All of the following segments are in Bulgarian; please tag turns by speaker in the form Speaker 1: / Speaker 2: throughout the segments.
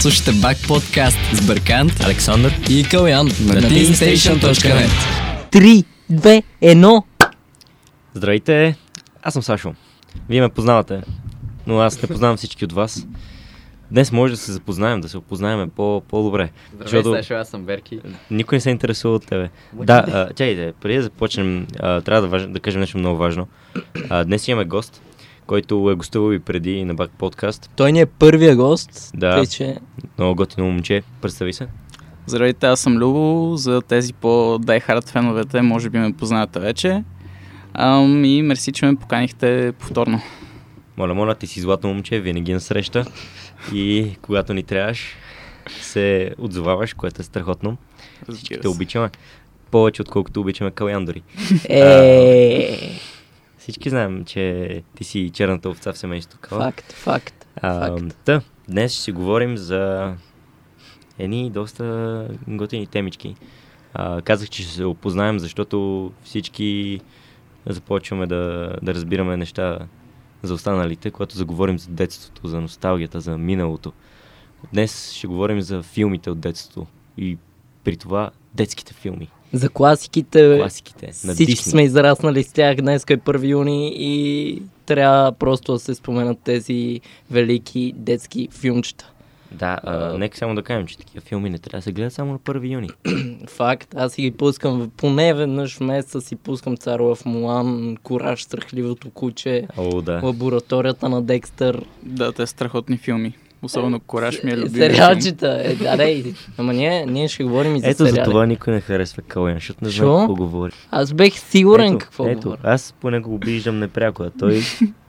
Speaker 1: Слушате Бак подкаст с Бъркант
Speaker 2: Александър,
Speaker 1: и Калян на teamstation.net.
Speaker 3: 3, 2, 1.
Speaker 2: здравейте! Аз съм Сашо. Вие ме познавате, но аз не познавам всички от вас. Днес може да се запознаем, да се опознаем по- по-добре.
Speaker 4: Здравей, Сашо, аз съм Берки.
Speaker 2: никой не се интересува от тебе. Да, а, чайте, преди да започнем, а, трябва да, важ... да кажем нещо много важно. А, днес имаме гост, който е гостувал и преди на Бак подкаст.
Speaker 3: Той ни е първия гост.
Speaker 2: Да.
Speaker 3: Тъй, че...
Speaker 2: Много готино момче, представи се.
Speaker 5: Здравейте, аз съм Любо. За тези по Die Hard феновете, може би ме познавате вече. Ам, и мерси, че ме поканихте повторно.
Speaker 2: Моля, моля, ти си златно момче, винаги на среща. И когато ни трябваш, се отзоваваш, което е страхотно. Всички
Speaker 5: Разбира
Speaker 2: те
Speaker 5: се.
Speaker 2: обичаме. Повече, отколкото обичаме Калян дори.
Speaker 3: Е,
Speaker 2: Всички знаем, че ти си черната овца в семейството. Кала.
Speaker 3: факт, факт.
Speaker 2: А, Та, днес ще си говорим за едни доста готини темички. А, казах, че ще се опознаем, защото всички започваме да, да разбираме неща за останалите, когато заговорим за детството, за носталгията, за миналото. Днес ще говорим за филмите от детството и при това детските филми,
Speaker 3: За класиките,
Speaker 2: класиките на
Speaker 3: всички
Speaker 2: Дисни.
Speaker 3: сме израснали с тях. Днес е 1 юни и трябва просто да се споменат тези велики детски филмчета.
Speaker 2: Да, а,
Speaker 3: А,
Speaker 2: нека само да кажем, че такива филми не трябва да се гледат само на 1 юни.
Speaker 3: Факт, аз си ги пускам в- поне веднъж в месеца си пускам Царова в Мулан, Кураж, Страхливото куче,
Speaker 2: О, да.
Speaker 3: Лабораторията на Декстър,
Speaker 5: Да, те са страхотни филми. Особено Кораж ми е любим. филм.
Speaker 3: Сериалчета, е, да, да, и- ама ние, ние ще говорим и за
Speaker 2: Ето за
Speaker 3: сериали.
Speaker 2: това никой не харесва Кален, защото не
Speaker 3: Шо?
Speaker 2: знам какво говори.
Speaker 3: Аз бех сигурен
Speaker 2: ето,
Speaker 3: какво
Speaker 2: ето,
Speaker 3: говоря.
Speaker 2: аз поне го обиждам непряко, а той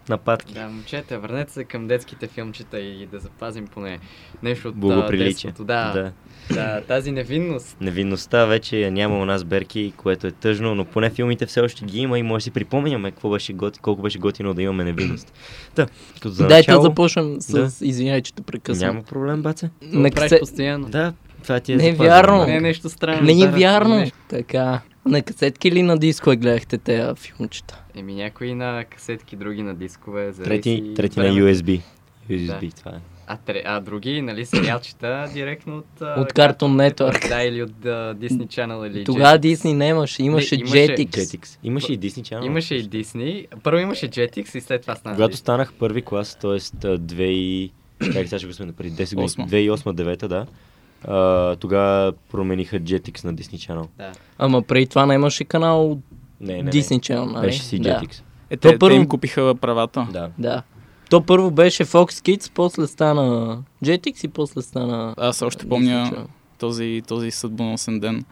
Speaker 2: нападки.
Speaker 4: Да, момчета, върнете се към детските филмчета и да запазим поне нещо от а,
Speaker 2: Благоприличие.
Speaker 4: детството. Да, да.
Speaker 2: да.
Speaker 4: да, тази невинност.
Speaker 2: Невинността вече я няма у нас Берки, което е тъжно, но поне филмите все още ги има и може да си припомняме какво беше готи, колко беше готино да имаме невинност. Та, като за
Speaker 3: Дайте да
Speaker 2: начало...
Speaker 3: започнем с...
Speaker 2: Да.
Speaker 3: Извинявай, че те прекъсвам.
Speaker 2: Няма проблем, баце.
Speaker 4: Това
Speaker 3: На
Speaker 4: го правиш
Speaker 3: касе-
Speaker 4: постоянно.
Speaker 2: Да, това ти е
Speaker 3: Не е
Speaker 2: запазено.
Speaker 3: вярно.
Speaker 4: Не е нещо странно.
Speaker 3: Не ни
Speaker 4: Зара,
Speaker 3: Нали вярно.
Speaker 4: нещо.
Speaker 3: Така. На касетки или на диско я гледахте тези филмчета?
Speaker 4: Еми някои на касетки, други на дискове. зависи
Speaker 2: Трети,
Speaker 4: от
Speaker 2: трети на
Speaker 4: времето.
Speaker 2: USB. USB, това е.
Speaker 4: А, тре, а други, нали, сериалчета директно от... а,
Speaker 3: От Cartoon Network.
Speaker 4: Да, или от а, Disney Channel или
Speaker 3: Тогава Дисни нямаше, имаше
Speaker 4: Не, имаше
Speaker 3: Jetix.
Speaker 2: Jetix. Имаше и Disney Channel.
Speaker 4: Имаше и Disney. Първо имаше Jetix и след това стана
Speaker 2: Когато
Speaker 4: Disney.
Speaker 2: станах първи клас, т.е. 2 и... Как сега ще го сме направили? 10 години.
Speaker 5: Осма.
Speaker 2: 2008-2009, да. А, тогава промениха Jetix на Disney Channel.
Speaker 4: Да.
Speaker 3: Ама преди това нямаше канал от
Speaker 2: Не, не, не.
Speaker 3: Disney Channel, нали?
Speaker 2: Беше си
Speaker 3: Да.
Speaker 2: Jetix.
Speaker 5: Е,
Speaker 3: То
Speaker 5: те,
Speaker 3: първо-
Speaker 5: те им купиха правата.
Speaker 2: Да.
Speaker 3: Да. То първо беше Fox Kids, после стана Jetix и после стана...
Speaker 5: Аз още
Speaker 3: Disney
Speaker 5: помня
Speaker 3: Channel.
Speaker 5: този, този съдбоносен ден,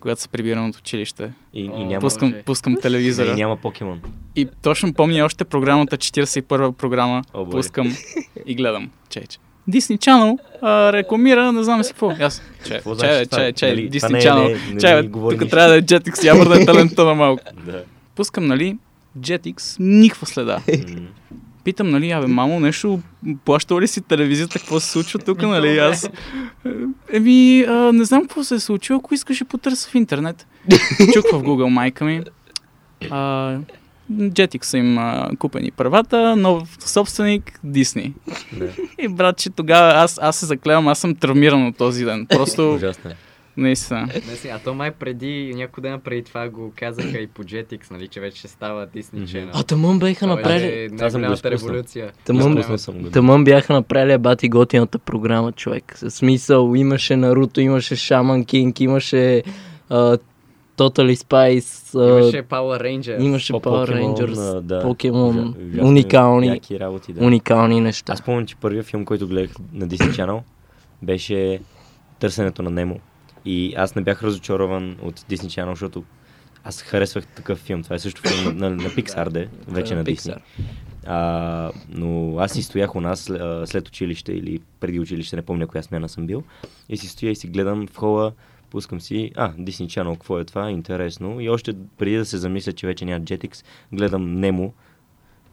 Speaker 5: когато се прибирам от училище.
Speaker 2: И, и
Speaker 4: О,
Speaker 2: няма...
Speaker 4: пуск-
Speaker 5: Пускам,
Speaker 4: Боже.
Speaker 5: пускам
Speaker 2: И
Speaker 5: телевизора.
Speaker 2: няма покемон.
Speaker 5: И точно помня още програмата, 41-а програма.
Speaker 2: О, Боже.
Speaker 5: пускам и гледам. Чай, чай. Disney Channel а, рекламира, не знам си какво. Аз, чай,
Speaker 2: Какво значи
Speaker 5: чай,
Speaker 2: това?
Speaker 5: чай, чай,
Speaker 2: Нали, това
Speaker 5: Disney
Speaker 2: не е- не е-
Speaker 5: Channel.
Speaker 2: не ни
Speaker 5: Чай, бе,
Speaker 2: говори
Speaker 5: тук
Speaker 2: нищо.
Speaker 5: трябва да е Jetix, я върна талента на малко.
Speaker 2: Да.
Speaker 5: Пускам, нали, Jetix, никаква следа.
Speaker 2: М.
Speaker 5: Питам, нали, абе, мамо, нещо, плащала ли си телевизията, какво се случва тук, нали, аз? е, Еми, а, не знам какво се е случило, ако искаш ще потърся в интернет. Чук в Google, майка ми. А, Jetix са им а, купени правата, нов собственик, Дисни.
Speaker 2: Да.
Speaker 5: И братче, тогава аз, аз се заклевам, аз съм травмиран от този ден. Просто,
Speaker 2: Ужасно. е.
Speaker 5: наистина.
Speaker 4: Не си, а то май преди, няколко дена преди това го казаха и по Jetix, нали, че вече ще става Disney
Speaker 2: Мгм.
Speaker 4: Channel.
Speaker 3: А тъмън беха направили...
Speaker 4: е
Speaker 2: Аз съм го
Speaker 4: най-голямата
Speaker 2: изпуснал.
Speaker 4: революция.
Speaker 3: Тъмън
Speaker 4: Изпуснал.
Speaker 2: Изпуснал съм го.
Speaker 3: Тъмън бяха направили бати готината програма, човек. В смисъл, имаше Наруто, имаше Шаман Кинг, имаше uh, Totally Spice, а,
Speaker 4: Имаше Power Rangers.
Speaker 3: имаше
Speaker 2: Е, По-
Speaker 3: Power
Speaker 2: Покемон,
Speaker 3: Rangers,
Speaker 2: а, да.
Speaker 3: Покемон,
Speaker 2: Ужа- ужасно
Speaker 3: уникални,
Speaker 2: Яки работи, да.
Speaker 3: уникални неща.
Speaker 2: Аз помня, че първият филм, който гледах на Disney Channel, беше Търсенето на Немо. И аз не бях разочарован от Disney Channel, защото аз харесвах такъв филм. Това е също филм на, на Pixar, де, вече на Disney.
Speaker 3: Pixar.
Speaker 2: А, но аз си стоях у нас а, след училище или преди училище, не помня коя смяна съм бил. И си стоя и си гледам в хола, пускам си, а, Disney Channel, какво е това, интересно. И още преди да се замисля, че вече няма Jetix, гледам Немо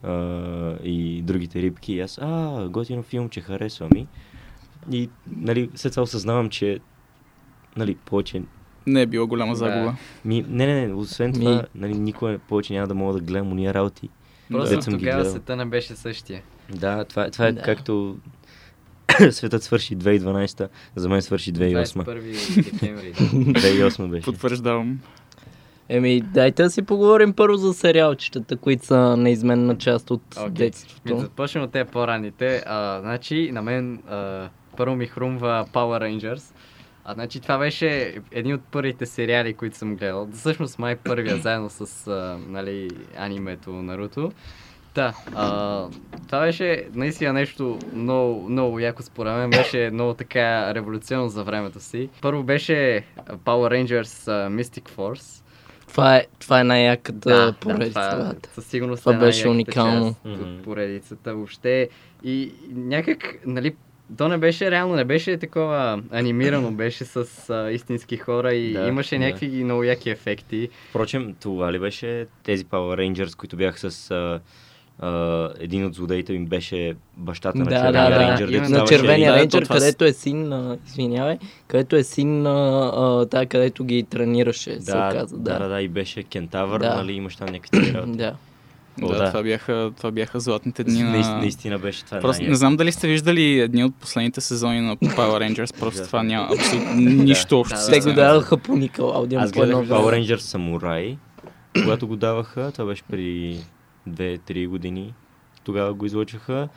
Speaker 2: а, и другите рибки. И аз, а, готино филм, че харесва ми. И, нали, след това осъзнавам, че, нали, повече...
Speaker 5: Не е било голяма
Speaker 4: Да.
Speaker 5: загуба.
Speaker 2: Ми, не, не, не, освен
Speaker 3: Ми-
Speaker 2: това, нали, никога повече няма да мога да гледам уния работи.
Speaker 4: Просто
Speaker 2: Дето съм ги
Speaker 4: тогава
Speaker 2: гледал.
Speaker 4: света не беше същия.
Speaker 2: Да, това, това е
Speaker 3: Да.
Speaker 2: да. както Светът свърши 2012, за мен свърши 2008.
Speaker 4: 21 декември.
Speaker 2: 2008 беше.
Speaker 5: Потвърждавам.
Speaker 3: Еми, дайте да си поговорим първо за сериалчетата, които са неизменна част от
Speaker 4: Окей. Ми, да
Speaker 3: детството.
Speaker 4: започнем от те по-ранните. А, значи, на мен а, първо ми хрумва Power Rangers. А, значи, това беше един от първите сериали, които съм гледал. Всъщност, май първия, заедно с а, нали, анимето Наруто. Да, а, това беше наистина нещо много, много яко според мен. Беше много така революционно за времето си. Първо беше а, Power Rangers а, Mystic Force.
Speaker 3: Това е, това е най-яката да, поредица.
Speaker 2: е
Speaker 4: това,
Speaker 3: брат.
Speaker 4: със сигурност
Speaker 3: Това
Speaker 4: е най-яката
Speaker 3: беше уникално.
Speaker 4: част от
Speaker 2: Мгм.
Speaker 4: поредицата въобще. И някак, нали, то не беше реално, не беше такова анимирано, беше с а, истински хора и
Speaker 2: Да,
Speaker 4: имаше
Speaker 2: да.
Speaker 4: някакви много яки ефекти.
Speaker 2: Впрочем, това ли беше тези Power Rangers, които бяха с... А, а, един от злодеите им беше бащата на
Speaker 3: Да, да,
Speaker 2: червения
Speaker 3: да.
Speaker 2: рейнджер. дето
Speaker 4: Именно.
Speaker 3: На
Speaker 2: ставаше
Speaker 3: червения
Speaker 2: един-
Speaker 5: Да,
Speaker 3: рейнджер,
Speaker 5: то това с-
Speaker 3: където е син на... Извинявай, където е син на а, тая, където ги тренираше, се
Speaker 2: да,
Speaker 3: оказа.
Speaker 2: да, да, да, и беше кентавър,
Speaker 3: Да.
Speaker 2: нали, имаш там някакви работи.
Speaker 3: да.
Speaker 2: О,
Speaker 5: О,
Speaker 2: да.
Speaker 5: да, това бяха, това бяха златните дни на...
Speaker 2: Наистина, наистина беше това
Speaker 5: Просто
Speaker 2: най-
Speaker 5: не знам дали сте виждали едни от последните сезони на Power Rangers, просто
Speaker 2: Да.
Speaker 5: това няма абсолютно нищо общо.
Speaker 4: Да,
Speaker 5: с е
Speaker 3: Те го
Speaker 5: тях.
Speaker 3: даваха по Николаудиум.
Speaker 2: Аз
Speaker 3: по едно
Speaker 2: гледах
Speaker 3: време.
Speaker 2: Power Rangers Самурай, когато го даваха, това беше при 2-3 години, тогава го излъчваха.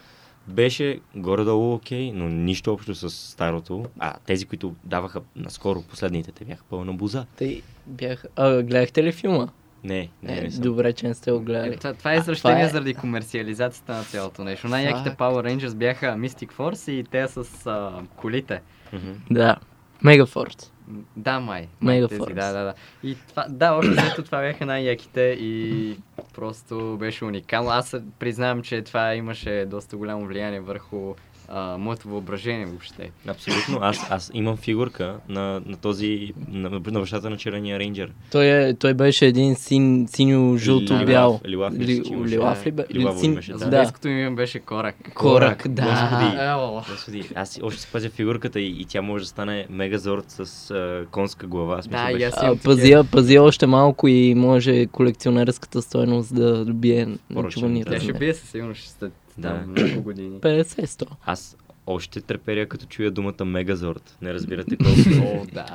Speaker 2: Беше горе-долу окей, но нищо общо с старото. А тези, които даваха наскоро последните, те бяха пълна буза.
Speaker 3: Те бяха... А, гледахте ли филма?
Speaker 2: Не, не,
Speaker 3: Е,
Speaker 2: не съм.
Speaker 3: добре, че не сте го гледали.
Speaker 4: Е, това, това е
Speaker 3: А, това
Speaker 4: извращение
Speaker 3: е-
Speaker 4: заради комерциализацията на цялото нещо. Най-яките
Speaker 3: Факт.
Speaker 4: Power Rangers бяха Mystic Force и те с а, колите.
Speaker 2: Мгм.
Speaker 3: Да. Мегафорд.
Speaker 4: М, Да, май.
Speaker 3: Мега
Speaker 4: тези,
Speaker 3: Force.
Speaker 4: Да, да, да. И това, да, общо взето това бяха най-яките и просто беше уникално. Аз се признавам, че това имаше доста голямо влияние върху а, моето въображение въобще.
Speaker 2: Абсолютно. Аз, аз имам фигурка на, на този, на, на бащата на червения рейнджер.
Speaker 3: Той, е, той беше един син, синьо-жълто-бял.
Speaker 2: Лилав, лилав мисля, че
Speaker 3: Ли-
Speaker 2: имаше.
Speaker 3: Лилав ли бе?
Speaker 2: Лилаво
Speaker 3: Син-
Speaker 2: имаше, да. е,
Speaker 3: да.
Speaker 4: Злодейското ми име беше Корак.
Speaker 3: Корак, да.
Speaker 2: Господи.
Speaker 4: Ело.
Speaker 2: Господи, аз още си пазя фигурката и, и тя може да стане мегазорд с а, конска глава. Смисъл,
Speaker 4: Да, и
Speaker 2: беше.
Speaker 4: аз
Speaker 3: А,
Speaker 4: имам
Speaker 3: пазия, пазия още малко и може колекционерската стойност да добие нечувани
Speaker 2: да.
Speaker 4: такива. Тя ще
Speaker 3: размер.
Speaker 4: бие със сигурност ще след
Speaker 2: Да.
Speaker 4: там много години.
Speaker 3: 50-100.
Speaker 2: Аз още треперя, като чуя думата мегазорд. Не разбирате колко,
Speaker 4: О, да.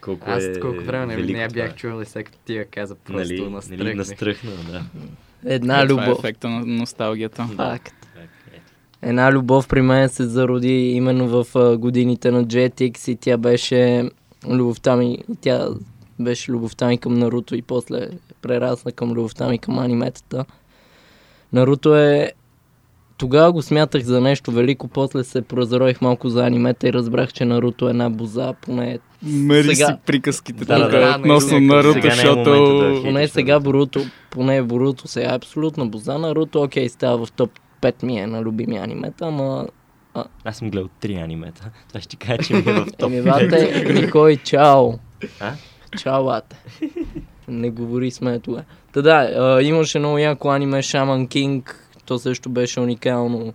Speaker 2: колко
Speaker 4: Аз
Speaker 2: е
Speaker 4: колко време не,
Speaker 2: велико
Speaker 4: не я бях
Speaker 2: това.
Speaker 4: чувал и сега като ти я каза, просто
Speaker 2: Нали, нали,
Speaker 4: настръхнах.
Speaker 2: настръхна, да.
Speaker 3: Една
Speaker 5: Това е
Speaker 3: любов.
Speaker 5: ефекта на носталгията.
Speaker 3: Факт.
Speaker 2: Така е.
Speaker 3: Една любов при мен се зароди именно в а, годините на JTX и тя беше любовта ми, тя беше любовта ми към Наруто и после прерасна към любовта ми към аниметата. Наруто е... Тогава го смятах за нещо велико, после се прозроих малко за анимета и разбрах, че Наруто е една буза, поне,
Speaker 5: Мери
Speaker 3: Сега-
Speaker 5: си приказките
Speaker 2: Да,
Speaker 5: да,
Speaker 2: да, да.
Speaker 5: тук относно
Speaker 4: Сега
Speaker 5: Наруто,
Speaker 2: не е
Speaker 5: защото...
Speaker 2: момента да хи-
Speaker 3: поне
Speaker 2: Хейтиш
Speaker 3: сега
Speaker 2: Наруто.
Speaker 3: Боруто, поне Боруто сега е абсолютна буза. Наруто, окей, става в топ 5 ми е на любими анимета, ама
Speaker 2: Аз съм гледал три анимета. Това ще ти кажа, че ми е в топ.
Speaker 3: Еми, вате, Никой, чао.
Speaker 2: А?
Speaker 3: Чао, вате. Не говори с мен тогава. Та да, а, имаше много яко аниме Shaman King. То също беше уникално.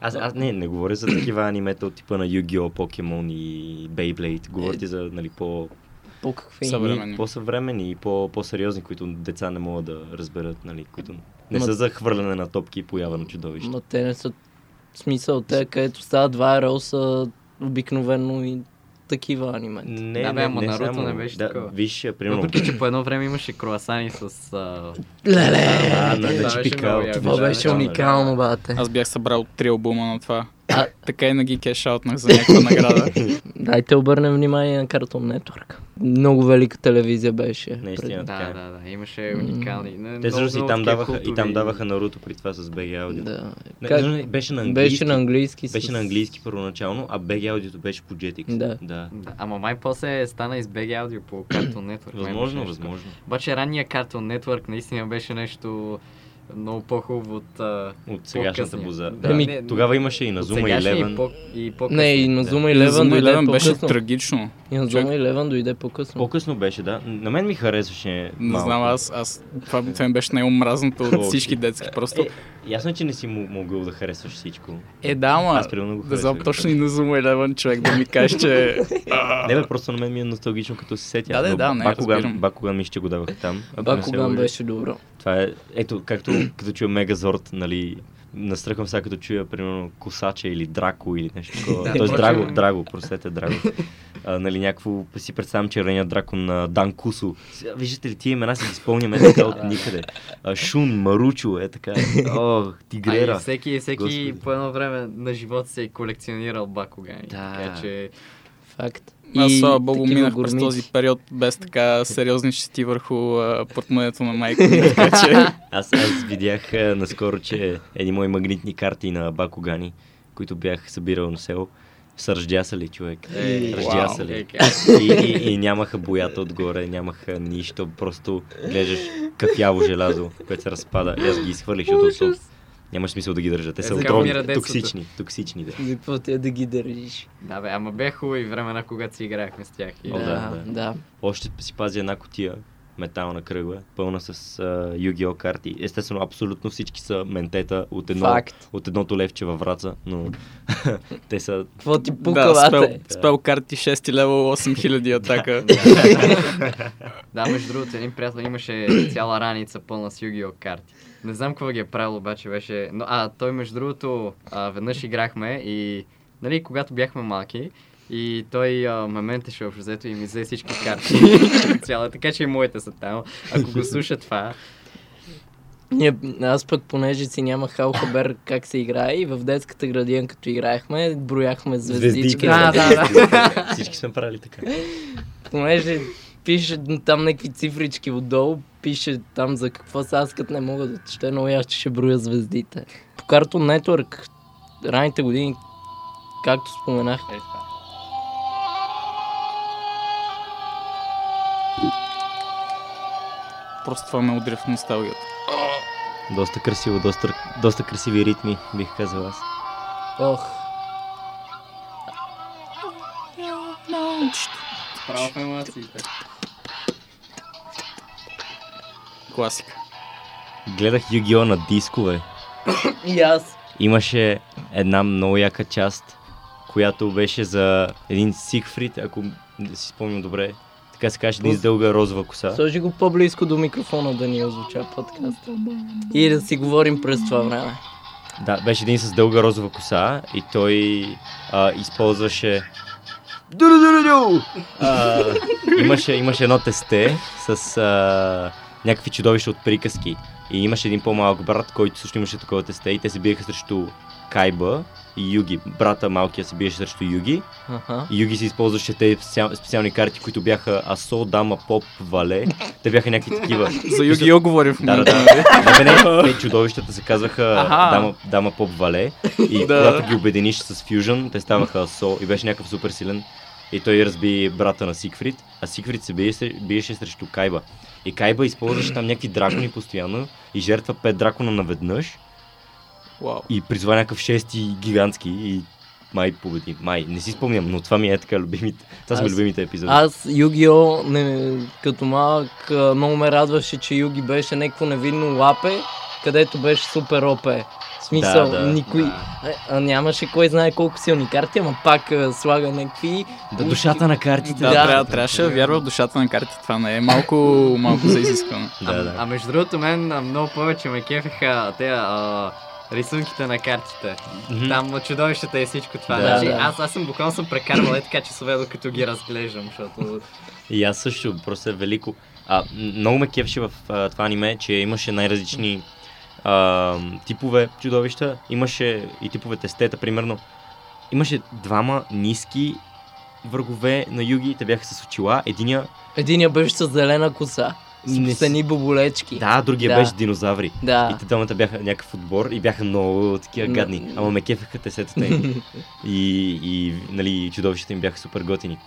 Speaker 2: Аз, аз не, не говоря за такива анимета от типа на Yu-Gi-Oh, Pokemon и Beyblade. Говоря ти за нали, по,
Speaker 3: По какви?
Speaker 5: Събра- Съвременни.
Speaker 2: по-съвременни и по, по-сериозни, които деца не могат да разберат, нали, които не
Speaker 3: Ма-
Speaker 2: са за хвърляне на топки и поява на чудовище.
Speaker 3: Ма те не са в смисъл. Те, където стават два РЛ са обикновено и такива аниме.
Speaker 2: Не,
Speaker 4: Да, бе,
Speaker 2: не,
Speaker 4: ама
Speaker 2: не
Speaker 4: Наруто
Speaker 2: само,
Speaker 4: не беше
Speaker 2: да,
Speaker 4: такова.
Speaker 2: Виж, примерно,
Speaker 4: Въпреки, че по едно време имаше круасани с... А...
Speaker 3: Леле!
Speaker 2: а, на
Speaker 4: Това
Speaker 2: да
Speaker 4: беше
Speaker 2: чипикал.
Speaker 4: много яко.
Speaker 3: е, Това
Speaker 4: Да,
Speaker 3: беше
Speaker 4: да,
Speaker 3: уникално, бате.
Speaker 5: Аз бях събрал три албума на това. А, така и не ги кешаутнах за някаква награда.
Speaker 3: Дайте обърнем внимание на Cartoon Network. Много велика телевизия беше.
Speaker 4: Да,
Speaker 2: Наистина. така е.
Speaker 4: да, да, имаше уникални... не,
Speaker 2: Те
Speaker 4: много,
Speaker 2: всъщност и
Speaker 4: много такива
Speaker 2: там даваха, и там
Speaker 4: култови-
Speaker 2: даваха Наруто при това с BG
Speaker 3: Пред-
Speaker 2: аудио.
Speaker 3: Да.
Speaker 2: Не,
Speaker 3: Как-
Speaker 2: не, беше на английски.
Speaker 3: Беше на английски.
Speaker 2: Беше
Speaker 3: с-
Speaker 2: на английски първоначално, а BG аудиото беше по Jetix.
Speaker 3: Да.
Speaker 2: да.
Speaker 4: Да, ама май после стана и с BG аудио по Cartoon Network. май имаше
Speaker 2: Възможно,
Speaker 4: нещо.
Speaker 2: възможно.
Speaker 4: Обаче ранния Cartoon Network наистина беше нещо много по-хубаво от... А...
Speaker 2: От сегашната
Speaker 4: По-късния.
Speaker 2: буза.
Speaker 4: Да.
Speaker 2: Да.
Speaker 3: Ами-
Speaker 2: Не, Тогава имаше и на
Speaker 4: от
Speaker 2: Зума и
Speaker 4: сегашния
Speaker 2: Левен.
Speaker 4: И, по, и по-късно.
Speaker 3: Не, и на Зума и
Speaker 5: Левен,
Speaker 3: Левен дойде
Speaker 5: Левен беше
Speaker 3: по-късно.
Speaker 5: трагично.
Speaker 3: И на
Speaker 5: Човек-
Speaker 3: Зума и Левен дойде по-късно.
Speaker 2: По-късно беше, да. На мен ми харесваше
Speaker 5: Не
Speaker 2: малко. Е,
Speaker 5: знам, аз, аз това, това ми беше най-омразното от
Speaker 2: Лоши.
Speaker 5: всички детски. Просто
Speaker 2: Е, ясно е, че не си му- могъл да харесваш всичко.
Speaker 5: е, да, ма,
Speaker 2: Аз примерно го
Speaker 5: да знам
Speaker 2: харесвах.
Speaker 5: точно и на Zoom Eleven човек да ми каже, че
Speaker 2: Не бе, просто на мен ми е носталгично, като се сетя.
Speaker 5: Да, да,
Speaker 2: Но
Speaker 5: да, не,
Speaker 2: Бакуган,
Speaker 5: разбирам.
Speaker 2: Бакуган ми ще го давах там. ако не се
Speaker 3: Бакуган
Speaker 2: лъжа.
Speaker 3: беше добро.
Speaker 2: Това е, ето, както като чуя Мегазорд, нали, настръхвам сега като чуя, примерно, косача или драко или нещо такова.
Speaker 4: Да,
Speaker 2: Тоест,
Speaker 4: точно.
Speaker 2: драго, драго, простете, драго. А, нали, някакво, си представям червения дракон на Дан Кусо. Сега, виждате ли, тия имена си ги спомняме така от никъде. А, Шун, Маручо, е така. О,
Speaker 4: А, и
Speaker 2: тигрера.
Speaker 4: всеки, всеки
Speaker 2: Господи.
Speaker 4: по едно време на живота се е колекционирал бакогани.
Speaker 2: Да.
Speaker 4: Така че
Speaker 3: Факт.
Speaker 5: Аз,
Speaker 3: И
Speaker 5: слава богу,
Speaker 3: такива
Speaker 5: минах през
Speaker 3: гурмици.
Speaker 5: този период без така сериозни щети върху а, портмонето на майка ми, така че...
Speaker 2: Аз, аз видях а, наскоро, че едни мои магнитни карти на Бакогани, които бях събирал на село, са ръждясали, човек.
Speaker 4: Е,
Speaker 2: Ръждясали.
Speaker 4: вау.
Speaker 2: И, и, и нямаха боята отгоре, нямаха нищо, просто гледаш кафяво желязо, което се разпада. И аз ги изхвърлих, защото са- нямаш смисъл да ги държа. Те
Speaker 4: Е,
Speaker 2: са
Speaker 4: така умира
Speaker 2: отровни,
Speaker 4: детството.
Speaker 2: токсични, токсични. Да.
Speaker 3: За какво те да ги държиш?
Speaker 4: да бе, ама бе хубави времена, когато си играехме с тях. И,
Speaker 2: О, да.
Speaker 3: да.
Speaker 2: Още си пази една котия метална кръгла, пълна с а, Yu-Gi-Oh карти. Естествено, абсолютно всички са ментета от, едно,
Speaker 3: Факт.
Speaker 2: от едното левче във враца, но те са
Speaker 3: Какво ти
Speaker 5: Да,
Speaker 3: пукалата
Speaker 5: спел,
Speaker 3: е?
Speaker 5: спел карти 6 лева, 8000 атака.
Speaker 4: да, между другото, един приятел имаше цяла раница пълна с Югио карти. Не знам какво ги е правил, обаче беше... Но, а, той между другото, а, веднъж играхме и, нали, когато бяхме малки, и той а, ме ментеше общо взето и ми взе всички карти. Цяла, така че и моите са там. Ако го слуша това,
Speaker 3: Ние, аз пък, понеже си нямах хал хабер как се играе и в детската градина, като играехме, брояхме звездички.
Speaker 4: Да, да,
Speaker 2: да. Всички сме правили така.
Speaker 3: Понеже пише там някакви цифрички отдолу, пише там за какво са, аз като не мога да чета, но аз ще броя звездите. По Cartoon Network, ранните години, както споменах,
Speaker 4: е това.
Speaker 5: Просто това ме удря в носталгията.
Speaker 2: Доста красиво, доста, доста красиви ритми, бих казал аз.
Speaker 3: ох,
Speaker 4: Право в емоциите.
Speaker 5: Класика.
Speaker 2: Гледах Yu-Gi-Oh на дискове.
Speaker 3: и аз.
Speaker 2: Имаше една много яка част, която беше за един Сигфрид, ако си спомням добре. Така се каже, един с дълга розова коса.
Speaker 3: Сложи го по-близко до микрофона да ни озвуча подкаста. И да си говорим през това време.
Speaker 2: Да, беше един с дълга розова коса и той а, използваше... Ду-ду-ду-ду-ду! А, имаше, имаше едно тесте с а, някакви чудовища от приказки. И имаше един по-малък брат, който също имаше такова тесте и те се биеха срещу Кайба и Юги. Брата малкия се биеше срещу Юги.
Speaker 3: Аха.
Speaker 2: И Юги се използваше тези специал, специални карти, които бяха Асо, Дама, Поп, Вале. Те бяха някакви такива.
Speaker 5: За Югио говорим в
Speaker 2: Да, да,
Speaker 5: момента.
Speaker 2: да. Не, бе, не, не, чудовищата се казваха
Speaker 5: Аха.
Speaker 2: дама, дама Поп Вале. И
Speaker 5: Да.
Speaker 2: когато ги обединиш с Фюжън, те ставаха Со и беше някакъв супер силен. И той разби брата на Сигфрид, а Сигфрид се биеше, биеше срещу Кайба. И Кайба използваше там някакви дракони постоянно и жертва пет дракона наведнъж
Speaker 5: Вау.
Speaker 2: и призва някакъв шести гигантски и май победи. Май, не си спомням, но това ми е така любимите. Това са ми
Speaker 3: Аз-
Speaker 2: любимите епизоди.
Speaker 3: Аз Югио, не, като малък, а, много ме радваше, че Юги беше някакво невинно лапе, където беше супер опе. В смисъл,
Speaker 2: Да,
Speaker 3: да,
Speaker 2: да,
Speaker 3: да, никой...
Speaker 4: да.
Speaker 3: Да. А, нямаше кой знае колко силни карти, ама пак а, слага някакви...
Speaker 2: Да, душата на картите.
Speaker 5: Да,
Speaker 3: Да.
Speaker 5: трябва, трябваше да вярва в душата на карти. Това не е малко, малко за изискване.
Speaker 2: Да, да.
Speaker 4: А между другото, мен а, много повече ме кефеха те а, рисунките на картите.
Speaker 2: Мгм.
Speaker 4: Там чудовищата и всичко това.
Speaker 2: Да,
Speaker 4: значи,
Speaker 3: да.
Speaker 4: Аз, аз съм буквално съм прекарвал е така часове, докато ги разглеждам, защото...
Speaker 2: И аз също, просто е велико. А, м- много ме кефеше в а, това аниме, че имаше най-различни а, типове чудовища. Имаше и типове тестета, примерно. Имаше двама ниски врагове на юги, те бяха с очила. Единия,
Speaker 3: Единия беше с зелена коса,
Speaker 2: Не
Speaker 3: с
Speaker 2: си-
Speaker 3: сени боболечки.
Speaker 2: да, другия
Speaker 3: Да.
Speaker 2: беше динозаври. И
Speaker 3: да.
Speaker 2: те двамата бяха някакъв отбор и бяха много такива
Speaker 3: М.
Speaker 2: гадни. Ама ме кефеха тесетата им. и, и, нали, чудовищата им бяха супер готини.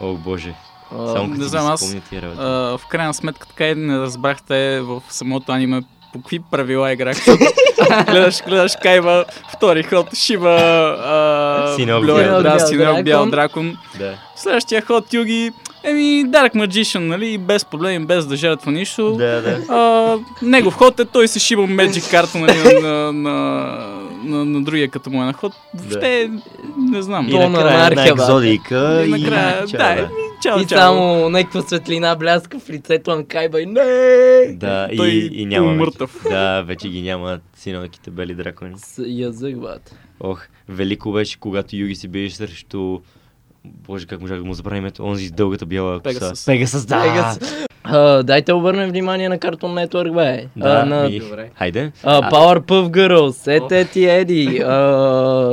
Speaker 2: О, боже.
Speaker 3: А,
Speaker 2: Само като
Speaker 5: не
Speaker 2: си
Speaker 5: знам, аз,
Speaker 2: спомня тия работи.
Speaker 5: А, в крайна сметка така и не разбрахте в самото аниме по какви правила играх. защото гледаш, гледаш Кайва, втори ход, Шиба, а,
Speaker 2: Синел
Speaker 5: Блой,
Speaker 2: бял.
Speaker 5: да,
Speaker 3: Бял
Speaker 5: Синел
Speaker 3: дракон.
Speaker 5: Бял Дракон.
Speaker 2: Да.
Speaker 5: Следващия ход, Юги, еми, Dark Magician, нали, без проблеми, без да жертва нищо.
Speaker 2: Да, да.
Speaker 5: А, негов ход е, той се шиба Magic карта нали, на, на, на, на, на, другия, като му е на ход. Въобще, не знам.
Speaker 2: И
Speaker 3: Тона
Speaker 2: накрая
Speaker 3: на
Speaker 2: една
Speaker 3: архива.
Speaker 2: екзодика
Speaker 5: И
Speaker 2: и...
Speaker 5: накрая,
Speaker 2: чао,
Speaker 5: да, еми, Чао,
Speaker 3: и
Speaker 5: чао.
Speaker 3: само някаква светлина бляска в лицето на Кайба и не!
Speaker 2: Да, и,
Speaker 5: Той
Speaker 2: и няма
Speaker 5: полумъртъв.
Speaker 2: вече. Да, вече ги няма синелките бели дракони.
Speaker 3: С язък, бат.
Speaker 2: Ох, велико беше, когато Юги си биеш срещу... Боже, как можах да му забравя името? Онзи с дългата бяла коса.
Speaker 5: Пегасъс.
Speaker 2: Пегасъс, да!
Speaker 3: Пегасъс. Е, А, дайте обърнем внимание на Cartoon Network, бе.
Speaker 2: Да,
Speaker 3: а, на
Speaker 2: ми...
Speaker 4: Добре.
Speaker 2: Хайде.
Speaker 3: а, Powerpuff Girls, Етет и Еди, а,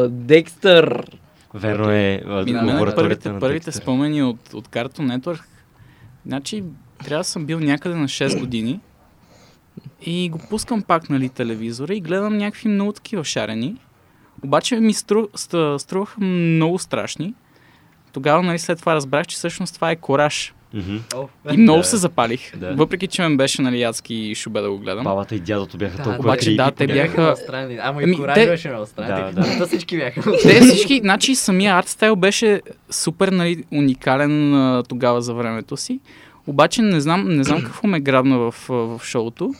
Speaker 3: Декстър.
Speaker 2: Верно е а,
Speaker 5: Ми, на мен
Speaker 2: лабораторията
Speaker 5: първите,
Speaker 2: на
Speaker 5: първите
Speaker 2: Декстър.
Speaker 5: спомени от, от Cartoon Network, значи трябва да съм бил някъде на 6 години и го пускам пак нали, телевизора и гледам някакви много такива шарени. Обаче ми стру, ста- струваха много страшни. Тогава нали, след това разбрах, че всъщност това е кораж.
Speaker 2: Мгм.
Speaker 4: О,
Speaker 5: И много
Speaker 2: Да.
Speaker 5: се запалих.
Speaker 2: Да.
Speaker 5: Въпреки, че мен беше нали, адски шубе да го гледам.
Speaker 2: Бабата и дядото бяха
Speaker 4: Да,
Speaker 2: толкова
Speaker 5: обаче
Speaker 2: крики
Speaker 5: да, те
Speaker 2: по някакъв-
Speaker 5: бяха-
Speaker 4: много странни. Ама
Speaker 5: Ами,
Speaker 4: и
Speaker 5: те-
Speaker 4: Кораж беше много
Speaker 2: Да,
Speaker 4: странен.
Speaker 2: да.
Speaker 4: Да, всички бяха.
Speaker 5: Те всички, значи самия артстайл беше супер нали, уникален а, тогава за времето си. Обаче не знам, не знам какво ме грабна в, а, в шоуто.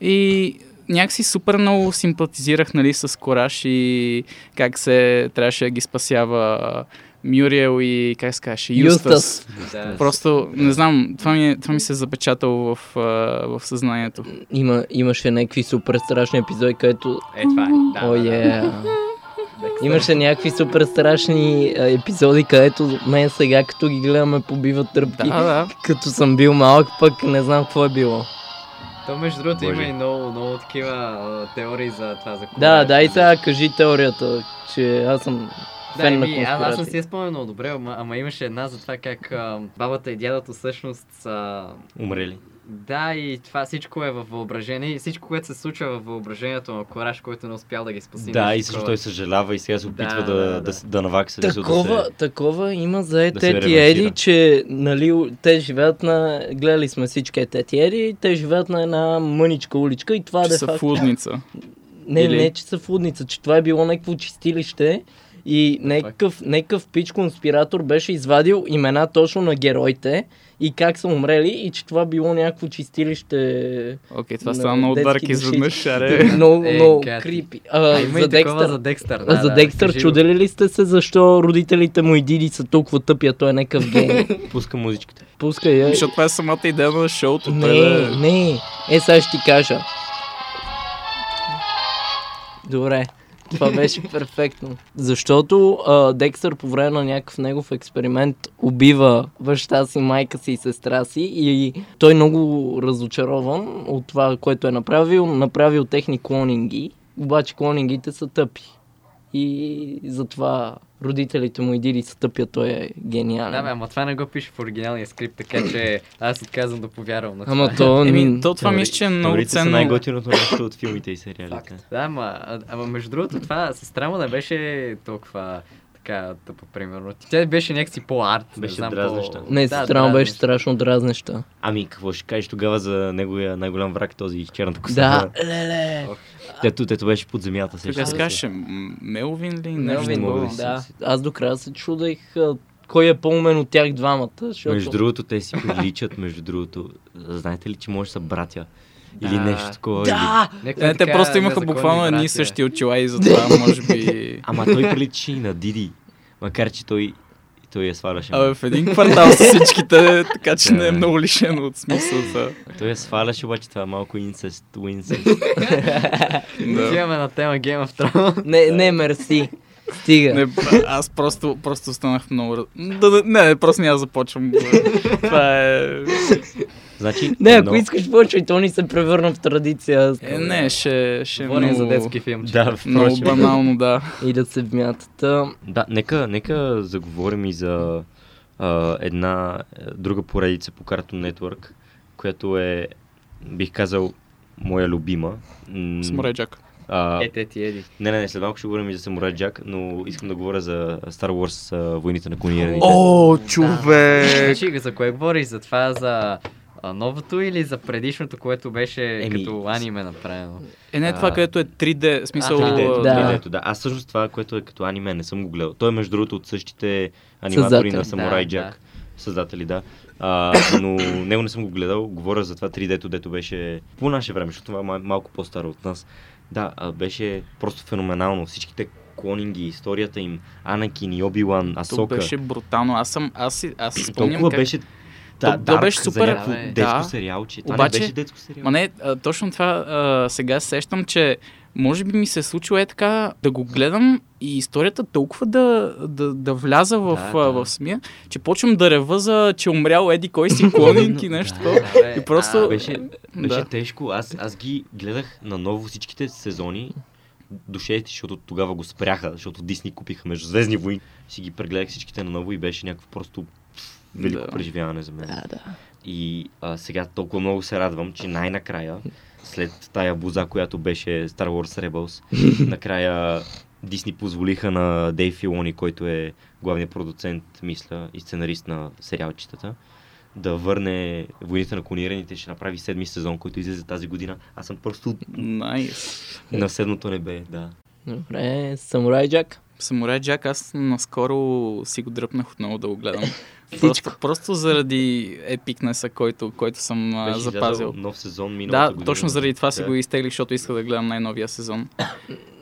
Speaker 5: И някакси супер много симпатизирах нали, с Кораж и как се трябваше да ги спасява а, Мюриел и как се казваше? Юстас.
Speaker 3: Юстас.
Speaker 4: Да.
Speaker 5: Просто не знам, това ми, е- това ми се е запечатало в, а, в съзнанието.
Speaker 3: Има, имаше някакви супер страшни епизоди, където...
Speaker 4: Е, това е. Да,
Speaker 3: О,
Speaker 4: да, да.
Speaker 3: е.
Speaker 4: Декстър.
Speaker 3: Имаше някакви супер страшни а, епизоди, където мен сега, като ги гледаме, побиват тръпки.
Speaker 5: Да, да.
Speaker 3: Като съм бил малък, пък не знам какво е било.
Speaker 4: То между другото
Speaker 2: Боже.
Speaker 4: има и много, много такива а, теории за това за
Speaker 3: Да,
Speaker 4: Кораж.
Speaker 3: да, и сега кажи теорията, че аз съм
Speaker 4: Да,
Speaker 3: фен на
Speaker 4: еми, аз, аз не си
Speaker 3: конспирации.
Speaker 4: я спомням много добре, ама, ама имаше една за това как а, бабата и дядото всъщност са...
Speaker 2: Умрели.
Speaker 4: Да, и това всичко е във въображение и всичко, което се случва във въображението на Кораж, който не успял да ги спаси.
Speaker 2: Да,
Speaker 4: нещо
Speaker 2: и също
Speaker 4: такова.
Speaker 2: той съжалява и сега се опитва да,
Speaker 4: да,
Speaker 2: да,
Speaker 4: да.
Speaker 2: да, с- да навакса. да се- да
Speaker 3: Такова,
Speaker 2: се-
Speaker 3: такова има за
Speaker 2: да се
Speaker 3: Етет и
Speaker 2: реваншира.
Speaker 3: Еди, че нали, у- те живеят на... Гледали сме всички Етет и Еди, те живеят на една мъничка уличка и това
Speaker 5: Че
Speaker 3: де
Speaker 5: са
Speaker 3: факто-
Speaker 5: флудница.
Speaker 3: Не,
Speaker 5: Или-
Speaker 3: не, че са фудница, че това е било някакво чистилище и някакъв, някакъв пич конспиратор беше извадил имена точно на героите и как са умрели и че това било някакво чистилище.
Speaker 5: Окей, това
Speaker 3: На
Speaker 5: стана много
Speaker 3: детски
Speaker 5: дарк
Speaker 3: души.
Speaker 5: изведнъж, аре.
Speaker 3: Много,
Speaker 4: Е,
Speaker 3: много
Speaker 4: гати.
Speaker 3: крипи.
Speaker 4: А,
Speaker 3: А,
Speaker 4: има
Speaker 3: за
Speaker 4: и такова
Speaker 3: Декстър.
Speaker 4: за Декстър. Да,
Speaker 3: А, за
Speaker 4: да,
Speaker 3: Декстър
Speaker 4: кажи го.
Speaker 3: чудели ли сте се защо родителите му и Диди са толкова тъпи, а той е някакъв гений?
Speaker 2: Пуска музичката.
Speaker 3: Пускай
Speaker 4: Ами,
Speaker 3: я.
Speaker 5: Защото това е самата идея на шоуто. той
Speaker 3: Не,
Speaker 5: да-
Speaker 3: не. Е, сега ще ти кажа. Добре. Това беше перфектно. Защото а, Декстър по време на някакъв негов експеримент убива баща си, майка си и сестра си и той е много разочарован от това, което е направил. Направил техни клонинги, обаче клонингите са тъпи. И затова родителите му и Диди са тъпи, а той е гениален.
Speaker 4: Да, бе, ама това не го пише в оригиналния скрипт, така че аз отказвам да повярвам на това. е-
Speaker 3: Ама то...
Speaker 5: Еми, то това
Speaker 2: Теори-
Speaker 5: мисля, че е много
Speaker 2: Теориите са
Speaker 5: ценно.
Speaker 2: най-готиното нещо от филмите и сериалите.
Speaker 4: Да, ама, а- ама между другото това сестра му не беше толкова така тъпа, примерно. Тя беше някакси по-арт.
Speaker 2: Беше
Speaker 4: не знам,
Speaker 2: дразнеща.
Speaker 4: По...
Speaker 3: Не,
Speaker 4: Да,
Speaker 3: сестра му беше
Speaker 4: дразнеща.
Speaker 3: страшно дразнеща.
Speaker 2: Ами, какво ще кажеш тогава за неговия най-голям враг, този с черната коса?
Speaker 3: Да, леле.
Speaker 2: Тето, тето беше под земята.
Speaker 5: Тук
Speaker 2: сещам
Speaker 5: аз
Speaker 2: се.
Speaker 5: каже, Мелвин ли?
Speaker 3: Мелвин,
Speaker 5: Нещо
Speaker 2: мога да
Speaker 5: такова.
Speaker 2: си-
Speaker 3: Да. е Аз до края се чудех а, кой е по-умен от тях двамата. Защото...
Speaker 2: Между другото, те си приличат, между другото. Знаете ли, че може да са братя? Или
Speaker 4: Да.
Speaker 2: нещо такова. Или...
Speaker 3: Да!
Speaker 4: Някаква
Speaker 5: Е, те
Speaker 4: така
Speaker 5: просто имаха
Speaker 4: незаконни
Speaker 5: буквално едни и
Speaker 4: братия.
Speaker 5: същи очила и затова може би...
Speaker 2: Ама той прилича и на Диди. Макар, че той, той я сваляше.
Speaker 5: Абе, в един квартал са всичките, така че не е
Speaker 2: Да.
Speaker 5: много лишено от смисъл за...
Speaker 2: Той я сваляше, обаче това е малко инцест, уинцест.
Speaker 5: Да.
Speaker 4: Отиваме на тема Game of Thrones.
Speaker 3: Не, не, мерси. Стига.
Speaker 5: Не, б- аз просто, просто останах много... раз- Да, да, не, не, просто няма да започвам. Това е...
Speaker 2: Значи,
Speaker 3: Не, ако
Speaker 2: едно-
Speaker 3: искаш почвай, то ни се превърна в традиция. аз-
Speaker 5: Е, не, ще, ще е
Speaker 4: Говорим
Speaker 5: много...
Speaker 4: за детски филм.
Speaker 2: Да,
Speaker 5: Много
Speaker 2: впрочем.
Speaker 5: банално, да.
Speaker 3: И да се вмятат. Та,
Speaker 2: Да, нека, нека заговорим и за а, една а, друга поредица по Cartoon Network, която е, бих казал, моя любима. М,
Speaker 5: Сморей, Джак.
Speaker 2: А,
Speaker 4: Е, те ти еди.
Speaker 2: не, не, не, след малко ще говорим и за Самурай Джак, но искам да говоря за Star Wars а, войните на клонираните.
Speaker 5: О,
Speaker 2: Е.
Speaker 5: човек!
Speaker 4: Значи, за кое говориш? За това за а, новото или за предишното, което беше
Speaker 2: Еми,
Speaker 4: като аниме направено?
Speaker 5: Е, не е това,
Speaker 2: А.
Speaker 5: където е 3D, в смисъл...
Speaker 4: А,
Speaker 2: 3D,
Speaker 3: да.
Speaker 2: 3D, да. Аз всъщност това, което е като аниме, не съм го гледал. Той е между другото от същите аниматори
Speaker 3: Създатели,
Speaker 2: на Самурай
Speaker 4: да,
Speaker 2: Джак. Създатели, да. А, но него не съм го гледал. Говоря за това 3D-то, дето беше по наше време, защото това е мал- малко по-старо от нас. Да, а, беше просто феноменално. Всичките клонинги, историята им, Анакин и Оби-Лан,
Speaker 5: То
Speaker 2: Асока.
Speaker 5: беше брутално. Аз съм, аз, си- аз си спомням
Speaker 2: Толкова
Speaker 5: как...
Speaker 2: беше та,
Speaker 5: то
Speaker 2: дарк
Speaker 5: беше
Speaker 2: за
Speaker 5: супер,
Speaker 2: някакво
Speaker 4: да, бе.
Speaker 2: детско
Speaker 5: Да.
Speaker 2: сериалче. Това
Speaker 5: Обаче-
Speaker 2: не беше детско сериал.
Speaker 5: Ма не, а, точно това а, сега сещам, че може би ми се е случило е така да го гледам и историята толкова да, да, да вляза в,
Speaker 2: Да,
Speaker 5: да,
Speaker 2: да.
Speaker 5: в смия, че почвам да рева за, че умрял Еди кой си клонинг и нещо. такова.
Speaker 4: Абе,
Speaker 5: И просто-
Speaker 4: а,
Speaker 2: Е, Беше, беше
Speaker 5: Да.
Speaker 2: тежко. Аз, аз ги гледах наново всичките сезони до 6, защото тогава го спряха, защото Дисни купиха между Звездни войни. Си ги прегледах всичките наново и беше някакво просто пф, велико
Speaker 5: Да.
Speaker 2: преживяване за мен. И а, сега толкова много се радвам, че най-накрая, след тая буза, която беше Star Wars Rebels, накрая Дисни позволиха на Дейв Филони, който е главният продуцент, мисля, и сценарист на сериалчетата, да върне Войните на клонираните, ще направи седми сезон, който излезе тази година. Аз съм просто
Speaker 5: Найс.
Speaker 2: на седмото небе, да.
Speaker 3: Добре, Самурай Джак.
Speaker 5: Самурай Джак, аз наскоро си го дръпнах отново да го гледам. Просто, просто заради епикнеса, който, който съм а,
Speaker 2: Беше
Speaker 5: запазил.
Speaker 2: излязъл нов сезон
Speaker 5: Да,
Speaker 2: миналата година.
Speaker 5: точно заради това си
Speaker 2: Да.
Speaker 5: го изтеглих, защото исках да гледам най-новия сезон.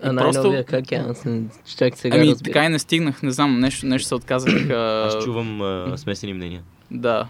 Speaker 3: А
Speaker 5: просто-
Speaker 3: най-новия как е? Аз не... Чак сега
Speaker 5: ами,
Speaker 3: разбира.
Speaker 5: така и не стигнах, не знам, нещо, нещо се отказах. а,
Speaker 2: Аз чувам а, смесени мнения.
Speaker 5: Да.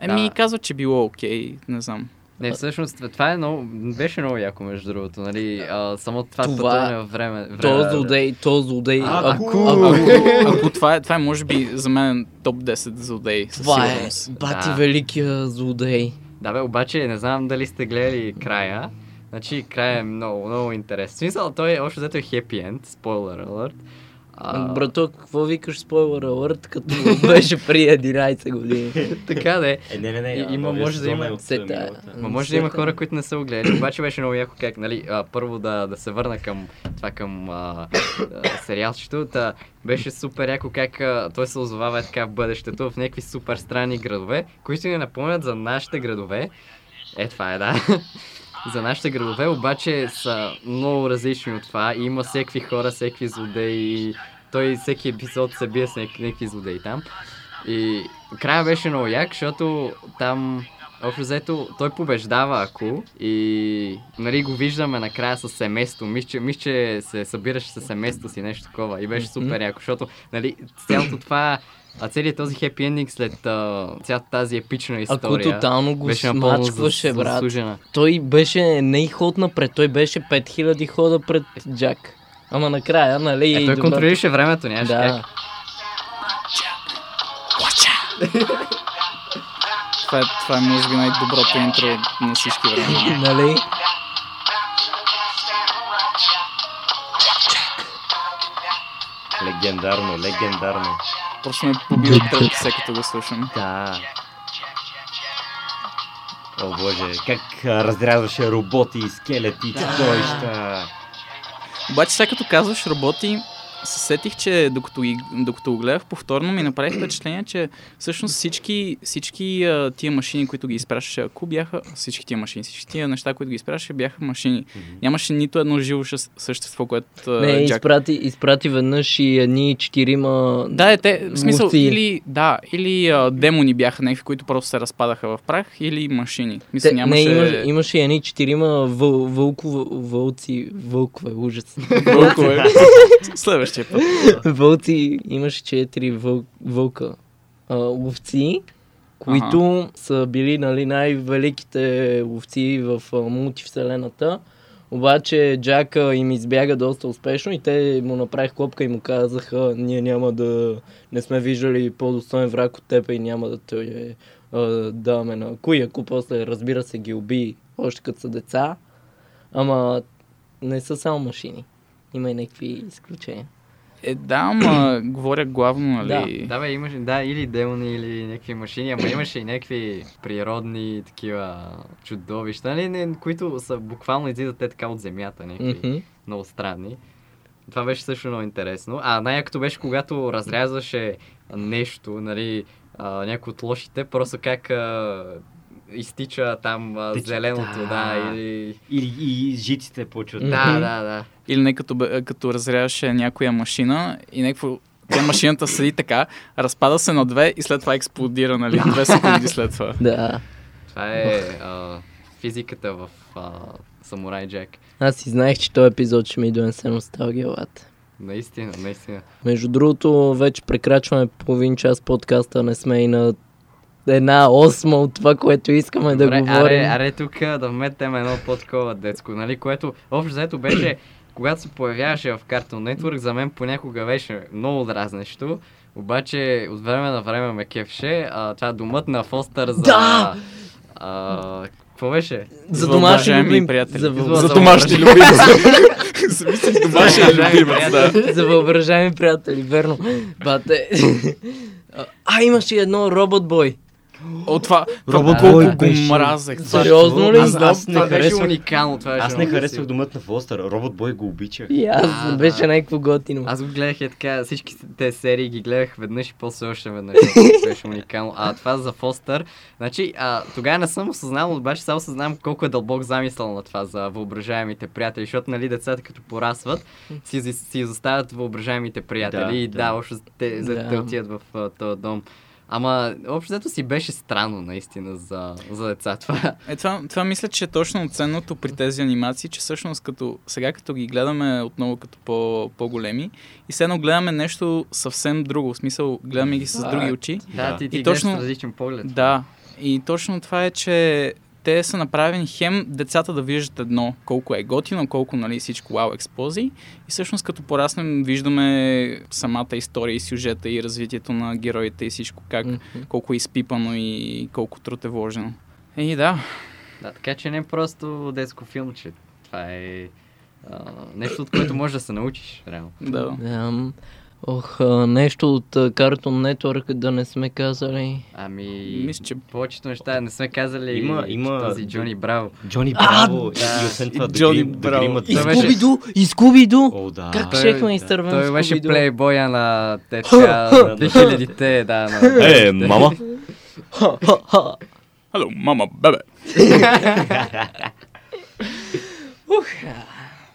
Speaker 5: Еми,
Speaker 4: Да.
Speaker 5: казва, че било окей, не знам.
Speaker 4: Не, всъщност това е много, беше много яко, между другото, нали? А, само това,
Speaker 3: Това-
Speaker 4: пътуване във време. време
Speaker 3: То злодей, то злодей.
Speaker 2: А,
Speaker 3: ако-
Speaker 2: ако-
Speaker 3: ако-
Speaker 5: Ако това е, това е, може би, за мен топ 10 злодей. със
Speaker 3: Това е
Speaker 5: сигурност.
Speaker 3: бати
Speaker 4: Да.
Speaker 3: великия злодей.
Speaker 4: Да бе, обаче не знам дали сте гледали края. Значи края е много, много интересен. В смисъл, той е общо взето е хепи енд, спойлер алърт. А,
Speaker 3: Брато, какво викаш спойлер алърт, като беше при 11 години?
Speaker 4: така да е.
Speaker 2: Е, не, не, не.
Speaker 4: И-
Speaker 2: а,
Speaker 4: има-
Speaker 2: новия
Speaker 4: може да
Speaker 2: сезон
Speaker 4: има
Speaker 2: е от, а,
Speaker 3: сета.
Speaker 2: миналата.
Speaker 4: Ма може да има хора, които не са го гледали, обаче беше много яко как, нали, а, първо да, да се върна към това към а, а, сериалчето, та, беше супер яко как а, той се озовава е така в бъдещето, в някакви супер странни градове, които ни напомнят за нашите градове. Е, това е, да. за нашите градове, обаче са много различни от това и има всеки хора, всеки злодеи, той всеки епизод се бие с няк- някакви злодеи там. И края беше много як, защото там Общо взето, той побеждава Аку и нали, го виждаме накрая с семейство. Мисля, че, мисля, че се събираше с семейство си, нещо такова. И беше супер яко, защото нали, цялото това, а целият този хепи ендинг след а, цялата тази епична
Speaker 3: Ако
Speaker 4: история.
Speaker 3: тотално го
Speaker 4: беше напълно
Speaker 3: смачкваше,
Speaker 4: зас-
Speaker 3: брат.
Speaker 4: заслужена.
Speaker 3: Той беше не и ход напред, той беше 5000 хода пред Джак. Ама накрая, нали?
Speaker 4: Е,
Speaker 3: и
Speaker 4: той
Speaker 3: добра-
Speaker 4: контролираше времето, нямаше
Speaker 3: Да.
Speaker 4: как.
Speaker 5: Това е, това е може би най-доброто интро на всички времена.
Speaker 3: нали?
Speaker 2: Легендарно, легендарно.
Speaker 5: Просто ме побива тръп всеки като го слушам.
Speaker 4: Да.
Speaker 2: О боже, как а, разрязваше роботи, скелети, чудовища.
Speaker 5: Обаче сега като казваш роботи, се сетих, че докато, ги, докато го гледах повторно, ми направи впечатление, че всъщност всички, всички а, тия машини, които ги изпращаше Аку, бяха всички тия машини, всички тия неща, които ги изпращаше, бяха машини. Нямаше нито едно живо щас- същество, което
Speaker 4: Е,
Speaker 5: а,
Speaker 3: Не,
Speaker 5: Джак
Speaker 3: изпрати, изпрати веднъж и едни четирима...
Speaker 5: Да, е, те, в смисъл,
Speaker 3: Мухти.
Speaker 5: или, да, или а, демони бяха някакви, които просто се разпадаха в прах, или машини. Мисля,
Speaker 3: Те,
Speaker 5: нямаше...
Speaker 3: Не, имаше, имаше и едни четирима въл, вълкове, вълци, вълкове, ужас.
Speaker 5: Вълкове. Следващия път.
Speaker 3: вълци, имаше четири въл, вълка. А, ловци, които са били нали, най-великите ловци в а, мултивселената. Обаче Джака им избяга доста успешно и те му направих клопка и му казаха, ние няма да не сме виждали по-достоен враг от теб и няма да те а, даваме на кои, ако после разбира се ги уби още като са деца. Ама не са само машини. Има и някакви изключения.
Speaker 5: Е, да, ама говоря главно, нали?
Speaker 4: Да, бе, имаше, да, или демони, или някакви машини, ама имаше и някакви природни такива чудовища, нали, не, които са буквално излизат те така от земята, някакви
Speaker 3: Мгм.
Speaker 4: много странни. Това беше също много интересно. А най-якото беше, когато разрязваше нещо, нали, а, някой от лошите, просто как а, изтича там а,
Speaker 2: Тече-
Speaker 4: зеленото, да,
Speaker 2: да.
Speaker 4: или...
Speaker 2: И, и жиците почват.
Speaker 4: Да, да, да.
Speaker 5: Или не като, бе- като разряваше някоя машина и някакво... Тя машината седи така, разпада се на две и след това експлодира, нали? Две секунди след това.
Speaker 3: Да.
Speaker 4: Това е а, физиката в а, Самурай Джек.
Speaker 3: Аз си знаех, че този епизод ще ми дойде с носталгия лад.
Speaker 4: Наистина, наистина.
Speaker 3: Между другото, вече прекрачваме половин час подкаста, не сме и на една осма от това, което искаме да
Speaker 4: Добре,
Speaker 3: говорим.
Speaker 4: Аре, аре тук да вметнем едно по-такова детско, нали, което общо взето беше, когато се появяваше в Cartoon Network, за мен понякога беше много дразнещо, обаче от време на време ме кефше, а, това домът на Фостър за...
Speaker 3: Да!
Speaker 4: А, какво беше?
Speaker 3: За домашни
Speaker 5: Уважаеми
Speaker 3: любим.
Speaker 5: приятели.
Speaker 3: За, във...
Speaker 5: За
Speaker 3: за,
Speaker 4: във-
Speaker 5: домашни любимец. Зависи домашни
Speaker 4: Уважаеми
Speaker 5: любимец, да.
Speaker 3: въображаеми приятели, верно. Бате. А, имаше и едно робот бой.
Speaker 5: От това,
Speaker 2: Робот
Speaker 5: това колко
Speaker 2: Бойко
Speaker 5: го
Speaker 2: беше.
Speaker 5: мразех. това.
Speaker 3: Сериозно ли?
Speaker 2: Аз, аз не
Speaker 4: Това беше
Speaker 2: харесвах.
Speaker 4: уникално, това беше
Speaker 2: Аз не
Speaker 4: много
Speaker 2: харесвах
Speaker 4: красиво.
Speaker 2: домът на Фостър. Робот Бой го обичах.
Speaker 3: И аз
Speaker 4: Да,
Speaker 3: беше
Speaker 4: да.
Speaker 3: някакво готино.
Speaker 4: Аз го гледах и така, всички тези серии ги гледах веднъж и после още веднъж. беше уникално. А това за Фостър. Значи, а, тогава не съм осъзнал, обаче сега осъзнавам колко е дълбок замисъл на това за въображаемите приятели, защото нали, децата като порасват, си, из- си изоставят въображаемите приятели
Speaker 2: Да,
Speaker 4: и
Speaker 2: да.
Speaker 4: да, общо те, за, да. те
Speaker 3: Да.
Speaker 4: отиват в а, този дом. Ама, общо взето си беше странно наистина за, за деца това.
Speaker 5: Е, това, това мисля, че е точно ценното при тези анимации, че всъщност като, сега като ги гледаме отново като по, по-големи и все едно гледаме нещо съвсем друго, в смисъл гледаме ги с други
Speaker 3: Факт.
Speaker 5: очи.
Speaker 4: Да, ти, ти
Speaker 5: И
Speaker 4: гледаш
Speaker 5: точно-
Speaker 4: с различен поглед.
Speaker 5: Да, и точно това е, че те са направени хем децата да виждат едно, колко е готино, колко нали, всичко вау експозии. И всъщност като пораснем виждаме самата история и сюжета и развитието на героите и всичко, как, колко е изпипано и колко труд е вложено. И да,
Speaker 4: Да, така че не е просто детско филмче. Това е а, нещо, от което можеш да се научиш, реално.
Speaker 5: да.
Speaker 3: Да. Ох, а, нещо от а, Cartoon Network да не сме казали.
Speaker 4: Ами,
Speaker 5: Мисля, че
Speaker 4: повечето неща не сме казали
Speaker 2: Има-
Speaker 4: че
Speaker 2: има-
Speaker 4: този Джони Браво.
Speaker 2: Джони Браво. и- И освен това,
Speaker 5: Джони
Speaker 2: Джони
Speaker 5: Браво.
Speaker 2: Браво.
Speaker 3: И
Speaker 4: Това беше-
Speaker 3: Скуби-Ду! И Скуби-Ду!
Speaker 2: О, да.
Speaker 3: Как
Speaker 4: Той-
Speaker 3: шехме изтървен
Speaker 4: Той беше
Speaker 3: Скуби-Ду?
Speaker 4: плейбоя на те така, на 2000-те, да. На...
Speaker 2: Е, мама.
Speaker 3: Ха, ха, ха.
Speaker 5: Хало, мама, бебе!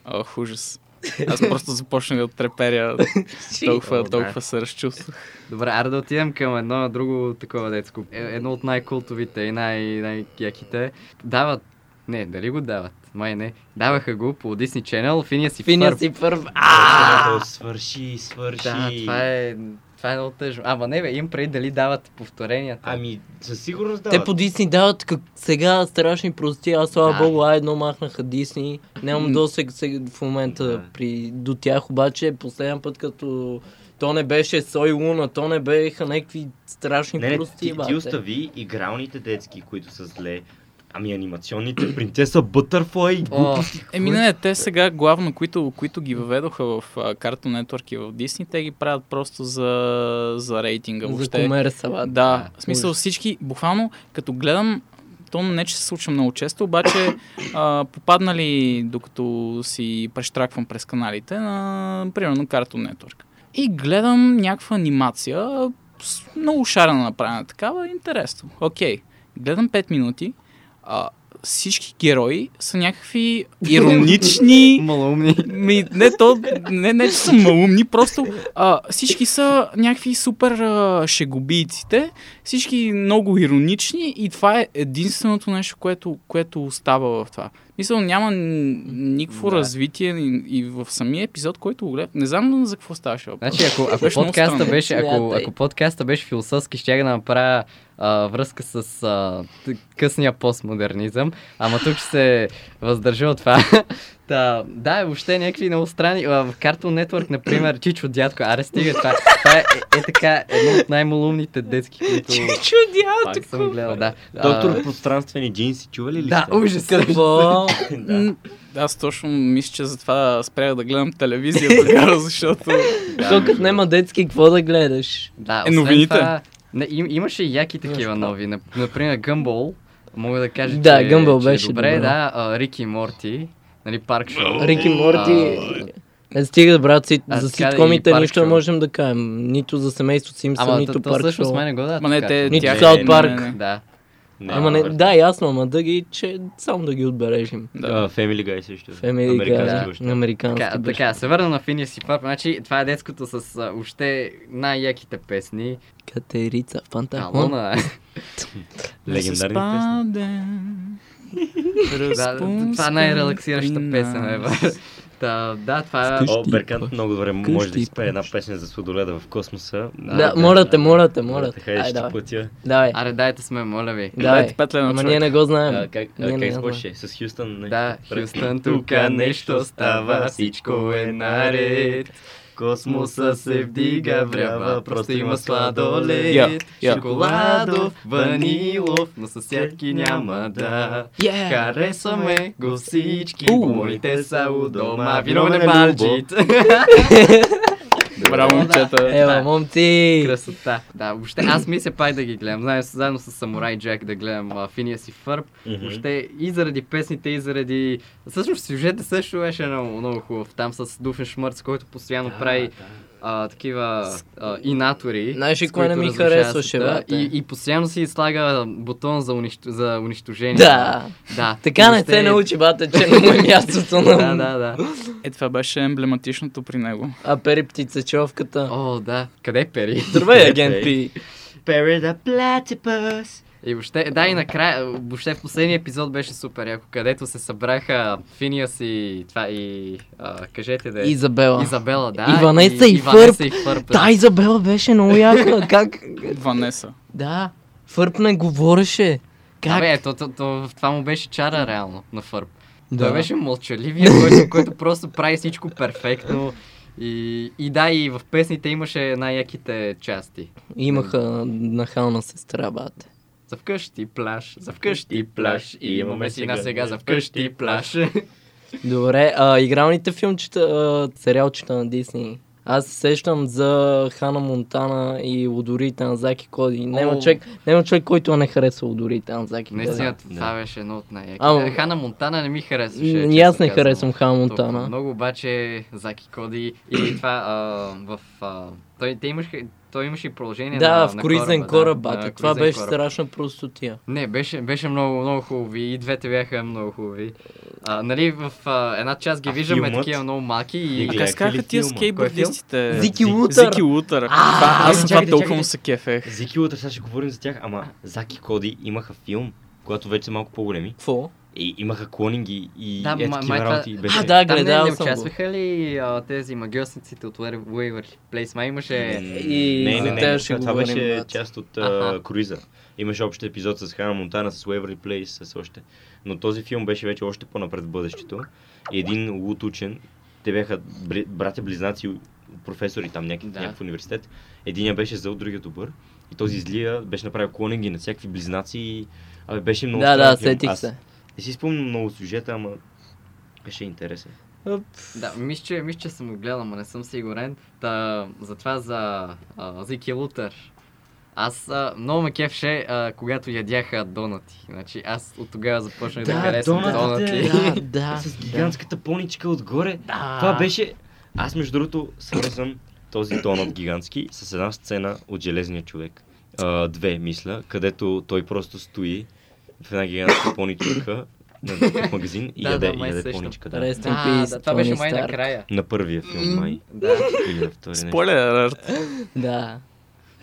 Speaker 5: Ох, ужас. Аз просто започнах да треперя. толкова, толкова се разчувствах.
Speaker 4: Добре, аре да отидем към едно друго такова детско. Е, едно от най-култовите и най- най-яките. Дават, не, дали го дават? Май не. Даваха го по Disney Channel, Финия си
Speaker 3: Финия си първ. А,
Speaker 2: Свърши, свърши.
Speaker 4: Да, това е, това е много тъжно. Ама не бе, им преди дали дават повторенията.
Speaker 2: Ами, със сигурност да.
Speaker 3: те по Дисни дават как сега страшни прости, аз слава
Speaker 4: Да.
Speaker 3: богу, А1 махнаха Дисни. Нямам досег сега в момента
Speaker 2: Да.
Speaker 3: при, до тях, обаче последен път като то не беше Сой Луна, то не беха някакви страшни
Speaker 2: Не, не,
Speaker 3: прости,
Speaker 2: ти,
Speaker 3: бате.
Speaker 2: ти остави игралните детски, които са зле. Ами анимационните принцеса Бътърфлай и
Speaker 4: О,
Speaker 2: глупости.
Speaker 5: Еми не, те сега главно, които, които ги въведоха в а, Cartoon Network и в Disney, те ги правят просто за, за рейтинга.
Speaker 3: За
Speaker 5: Въобще.
Speaker 3: комерса, бате.
Speaker 5: Да, в смисъл
Speaker 3: ужас.
Speaker 5: всички, буквално, като гледам, то не че се случва много често, обаче а, попаднали, докато си прещраквам през каналите, на, примерно, Cartoon Network. И гледам някаква анимация, с- много шарена направена такава, интересно. Окей, гледам 5 минути, а, всички герои са някакви иронични,
Speaker 4: малоумни.
Speaker 5: ми, не, то, не, не, че са малумни, просто а, всички са някакви супер а, шегубийците, всички много иронични и това е единственото нещо, което, което остава в това. Мисля, няма н- никакво
Speaker 2: Да.
Speaker 5: развитие и, и в самия епизод, който го гледам. Не знам за какво ставаше въпрос.
Speaker 4: Значи, ако, ако
Speaker 5: Беше много
Speaker 4: подкаста
Speaker 5: странно.
Speaker 4: беше, ако,
Speaker 3: Смятай.
Speaker 4: ако подкаста беше философски, ще да направя а, връзка с а, т- късния постмодернизъм, ама тук ще се въздържа от това. Та, да, е въобще някакви много страни. А, в Cartoon Network, например, Чичо Дядко, аре стига това. Това е, е, е така едно от най-малумните детски, които
Speaker 3: Чудя,
Speaker 4: пак съм гледал. Да. А,
Speaker 2: Доктор пространствени джинси, чували ли
Speaker 4: Да,
Speaker 2: сте?
Speaker 4: ужас.
Speaker 3: Какво?
Speaker 5: М, Аз точно мисля, че затова спрях да гледам телевизия тогава, защото...
Speaker 3: То като няма детски, какво да гледаш?
Speaker 4: Да,
Speaker 5: Е,
Speaker 4: освен
Speaker 5: новините.
Speaker 4: Това, не, им, имаше и яки такива нови. Нап- Например, Гъмбол. Мога да кажа,
Speaker 3: Да,
Speaker 4: че,
Speaker 3: Gumball
Speaker 4: че е
Speaker 3: беше
Speaker 4: добре.
Speaker 3: добро.
Speaker 4: Да, а, Рики и Морти. Нали, парк шоу.
Speaker 3: Рики Морти...
Speaker 4: А,
Speaker 3: Не стига, брат, си,
Speaker 4: А,
Speaker 3: за
Speaker 4: така да, и
Speaker 3: ситкомите
Speaker 4: Парк
Speaker 3: нищо
Speaker 4: Шоу.
Speaker 3: не можем да кажем. Нито за семейство Симпсън,
Speaker 4: Ама то,
Speaker 3: нито
Speaker 4: то
Speaker 3: парк
Speaker 4: всъщност
Speaker 3: шоу.
Speaker 4: май не го дадат.
Speaker 5: Ма не,
Speaker 4: така.
Speaker 5: те...
Speaker 3: Нито
Speaker 5: тя-
Speaker 3: South
Speaker 5: не,
Speaker 3: Park.
Speaker 5: не, не.
Speaker 4: Да.
Speaker 3: Ама не, да, ясно, ама да ги, че само да ги отбележим.
Speaker 5: Да.
Speaker 2: Family Guy също.
Speaker 3: Family
Speaker 2: Американски
Speaker 3: Guy,
Speaker 2: баща.
Speaker 3: да, американски
Speaker 4: Така,
Speaker 3: баща.
Speaker 4: така, се върна на Финия си парк. Значи, това е детското с а, още най-яките песни.
Speaker 3: Катерица, пантахон.
Speaker 4: Алона.
Speaker 2: Легендарни песни.
Speaker 5: песни.
Speaker 4: да, това е най-релаксираща песен, е. бе. Та, да, това е...
Speaker 1: Вкъщи.
Speaker 2: О, Беркант много добре може да
Speaker 1: Къщи
Speaker 2: изпее една песен за сладоледа в космоса.
Speaker 3: Да, моля те, моля те, моля
Speaker 2: моля.
Speaker 3: те.
Speaker 2: Хайде,
Speaker 3: Ай,
Speaker 2: е, ще
Speaker 3: давай.
Speaker 2: платя.
Speaker 3: Давай.
Speaker 4: Аре, дайте сме, моля ви.
Speaker 3: Давай.
Speaker 5: Дайте пет лена на
Speaker 3: Ама
Speaker 5: човек.
Speaker 3: ние не го знаем.
Speaker 2: А, Как
Speaker 3: Ние не
Speaker 2: как
Speaker 3: го
Speaker 2: сбоше?
Speaker 3: знаем.
Speaker 2: С Хюстън? нали?
Speaker 4: Да,
Speaker 2: Пре-
Speaker 4: Хюстън, тука нещо става, всичко е наред. Космоса се вдига, врява, просто има сладолет.
Speaker 5: Я, я.
Speaker 4: Шоколадов, ванилов, но съседки няма да.
Speaker 3: Yeah!
Speaker 4: Харесваме го всички,
Speaker 5: Уу!
Speaker 4: моите са у дома.
Speaker 2: Виновен е
Speaker 4: Виновен е Балджит.
Speaker 5: Браво, момчета.
Speaker 3: Ева, момци!
Speaker 4: Красота. Да, въобще аз мисля пак да ги гледам. Знаеш, заедно с Самурай Джек да гледам а, Финия си Фърб.
Speaker 2: Мгм.
Speaker 4: Въобще и заради песните, и заради... Всъщност сюжетът също беше много, много хубав. Там с Дуфен Шмърц, който постоянно прави а, такива а, инатори.
Speaker 3: Знаеш ли
Speaker 4: с
Speaker 3: кое не
Speaker 4: които
Speaker 3: ми
Speaker 4: разрушава
Speaker 3: харесваше,
Speaker 4: света.
Speaker 3: брате?
Speaker 4: И, и постоянно си слага бутон за, унищ... за унищожение.
Speaker 3: Да.
Speaker 4: да.
Speaker 3: Така не
Speaker 4: Въобще- е-
Speaker 3: се научи, бата, че не му е мястото
Speaker 4: Да,
Speaker 3: на
Speaker 4: да, да.
Speaker 5: Е, това беше емблематичното при него.
Speaker 3: А пери птицачовката.
Speaker 4: О, да. Къде е пери?
Speaker 3: Здравей, агент Пи.
Speaker 2: Bury the platypus.
Speaker 4: И въобще, да, и накрая, въобще в последния епизод беше супер яко, където се събраха Финиас и това и... А, кажете да е.
Speaker 3: Изабела.
Speaker 4: Изабела, да.
Speaker 3: Иванеса и
Speaker 4: Иванеса
Speaker 3: Фърб.
Speaker 4: и Фърб. да.
Speaker 3: Та Изабела беше много яка. Как?
Speaker 5: Ванеса.
Speaker 3: Да. Фърп не говореше. Как?
Speaker 4: Абе, то, то, то, това му беше чара реално на Фърб. Да.
Speaker 3: да.
Speaker 4: Той беше мълчаливия, който, който просто прави всичко перфектно. И, и да, и в песните имаше най-яките части.
Speaker 3: Имаха нахална сестра, бате.
Speaker 4: За вкъщи пляж, за вкъщи пляж, и имаме сина сега за вкъщи пляж.
Speaker 3: Добре, а игралните филмчета, а, сериалчета на Дисни. Аз се сещам за Хана Монтана и Лудорите на Заки Коди. Няма
Speaker 4: О.
Speaker 3: човек, няма човек, който не харесва Лудорите на Заки Коди.
Speaker 4: Наистина,
Speaker 2: Да.
Speaker 4: това беше едно от най-яките.
Speaker 3: Ама-
Speaker 4: Хана Монтана не ми харесваше.
Speaker 3: М, и
Speaker 4: честно
Speaker 3: аз не
Speaker 4: казано.
Speaker 3: харесвам Хана
Speaker 4: Толкова
Speaker 3: Монтана.
Speaker 4: Много обаче Заки Коди и това а, в... А, той, те имаше, той имаше и продължение е на
Speaker 3: Да, в
Speaker 4: на
Speaker 3: круизен кораб, бате.
Speaker 4: на
Speaker 3: Това
Speaker 4: круизен
Speaker 3: беше
Speaker 4: кораб.
Speaker 3: страшна простотия.
Speaker 4: Не, беше, беше много, много хубави. И двете бяха много хубави. А, нали, в а, една част ги
Speaker 2: А
Speaker 4: виждаме
Speaker 2: филмът?
Speaker 4: такива много малки и...
Speaker 5: А
Speaker 2: Или
Speaker 5: как
Speaker 2: е
Speaker 5: се казаха
Speaker 2: Филип
Speaker 5: тия
Speaker 2: Филма?
Speaker 5: скейтбордистите?
Speaker 3: Зики
Speaker 2: Зик-
Speaker 3: Лутър!
Speaker 5: Зики Лутър. Това, аз на това толкова му се кефех.
Speaker 2: Зики утре сега ще говорим за тях, ама Заки Коди имаха филм, когато вече са малко по-големи.
Speaker 3: Какво?
Speaker 2: И имаха клонинги и
Speaker 4: Да,
Speaker 2: да, е
Speaker 4: ма-
Speaker 2: такива
Speaker 4: май това-
Speaker 2: работи. Беше...
Speaker 3: А, да,
Speaker 4: Там не,
Speaker 3: гледал
Speaker 4: не
Speaker 3: съм го.
Speaker 4: участваха ли а, тези магиосниците от Уер- Waverly Place? Май имаше...
Speaker 3: Е, И
Speaker 2: не, не,
Speaker 3: за
Speaker 2: не,
Speaker 3: тея
Speaker 2: не,
Speaker 3: ще
Speaker 2: това, това
Speaker 3: говорим,
Speaker 2: беше
Speaker 3: брат.
Speaker 2: част от
Speaker 4: Аха.
Speaker 2: а, круиза. Имаше общ епизод с Хана Монтана, с Уеври Плейс, с още. Но този филм беше вече още по-напред в бъдещето. И един луд учен, те бяха бри- братя-близнаци, професори там някак,
Speaker 4: Да.
Speaker 2: да. някакъв университет. Единия беше зъл, другия добър. И този злия беше направил клонинги на всякакви близнаци. и- Абе, беше много
Speaker 3: Да,
Speaker 2: странен
Speaker 3: да,
Speaker 2: филм.
Speaker 3: сетих
Speaker 2: Аз
Speaker 3: се.
Speaker 2: Не си спомням много сюжета, ама беше интересен.
Speaker 4: Да, мисля, че, мисля, че съм го гледал, но не съм сигурен. Та, затова за а, Зики Лутър. Аз а, много ме кефше, а, когато ядяха донати. Значи аз от тогава започнах да,
Speaker 2: Да,
Speaker 4: харесвам
Speaker 2: донатите,
Speaker 4: донати.
Speaker 3: Да, да.
Speaker 2: С гигантската поничка отгоре.
Speaker 4: Да.
Speaker 2: Това беше... Аз между другото свързвам този донат гигантски с една сцена от Железния човек. А, две, мисля, където той просто стои в една гигантска поничка на магазин и
Speaker 4: Да,
Speaker 2: яде,
Speaker 4: да,
Speaker 2: и
Speaker 4: май
Speaker 2: яде
Speaker 4: сещам.
Speaker 2: поничка. Да.
Speaker 3: Rest in
Speaker 4: Да,
Speaker 3: peace,
Speaker 4: да, това беше
Speaker 3: Тони
Speaker 4: май
Speaker 3: Старк.
Speaker 4: накрая.
Speaker 2: На първия филм май.
Speaker 4: Да.
Speaker 2: Или на втория. нещо.
Speaker 5: Спойлер алерт.
Speaker 3: Да.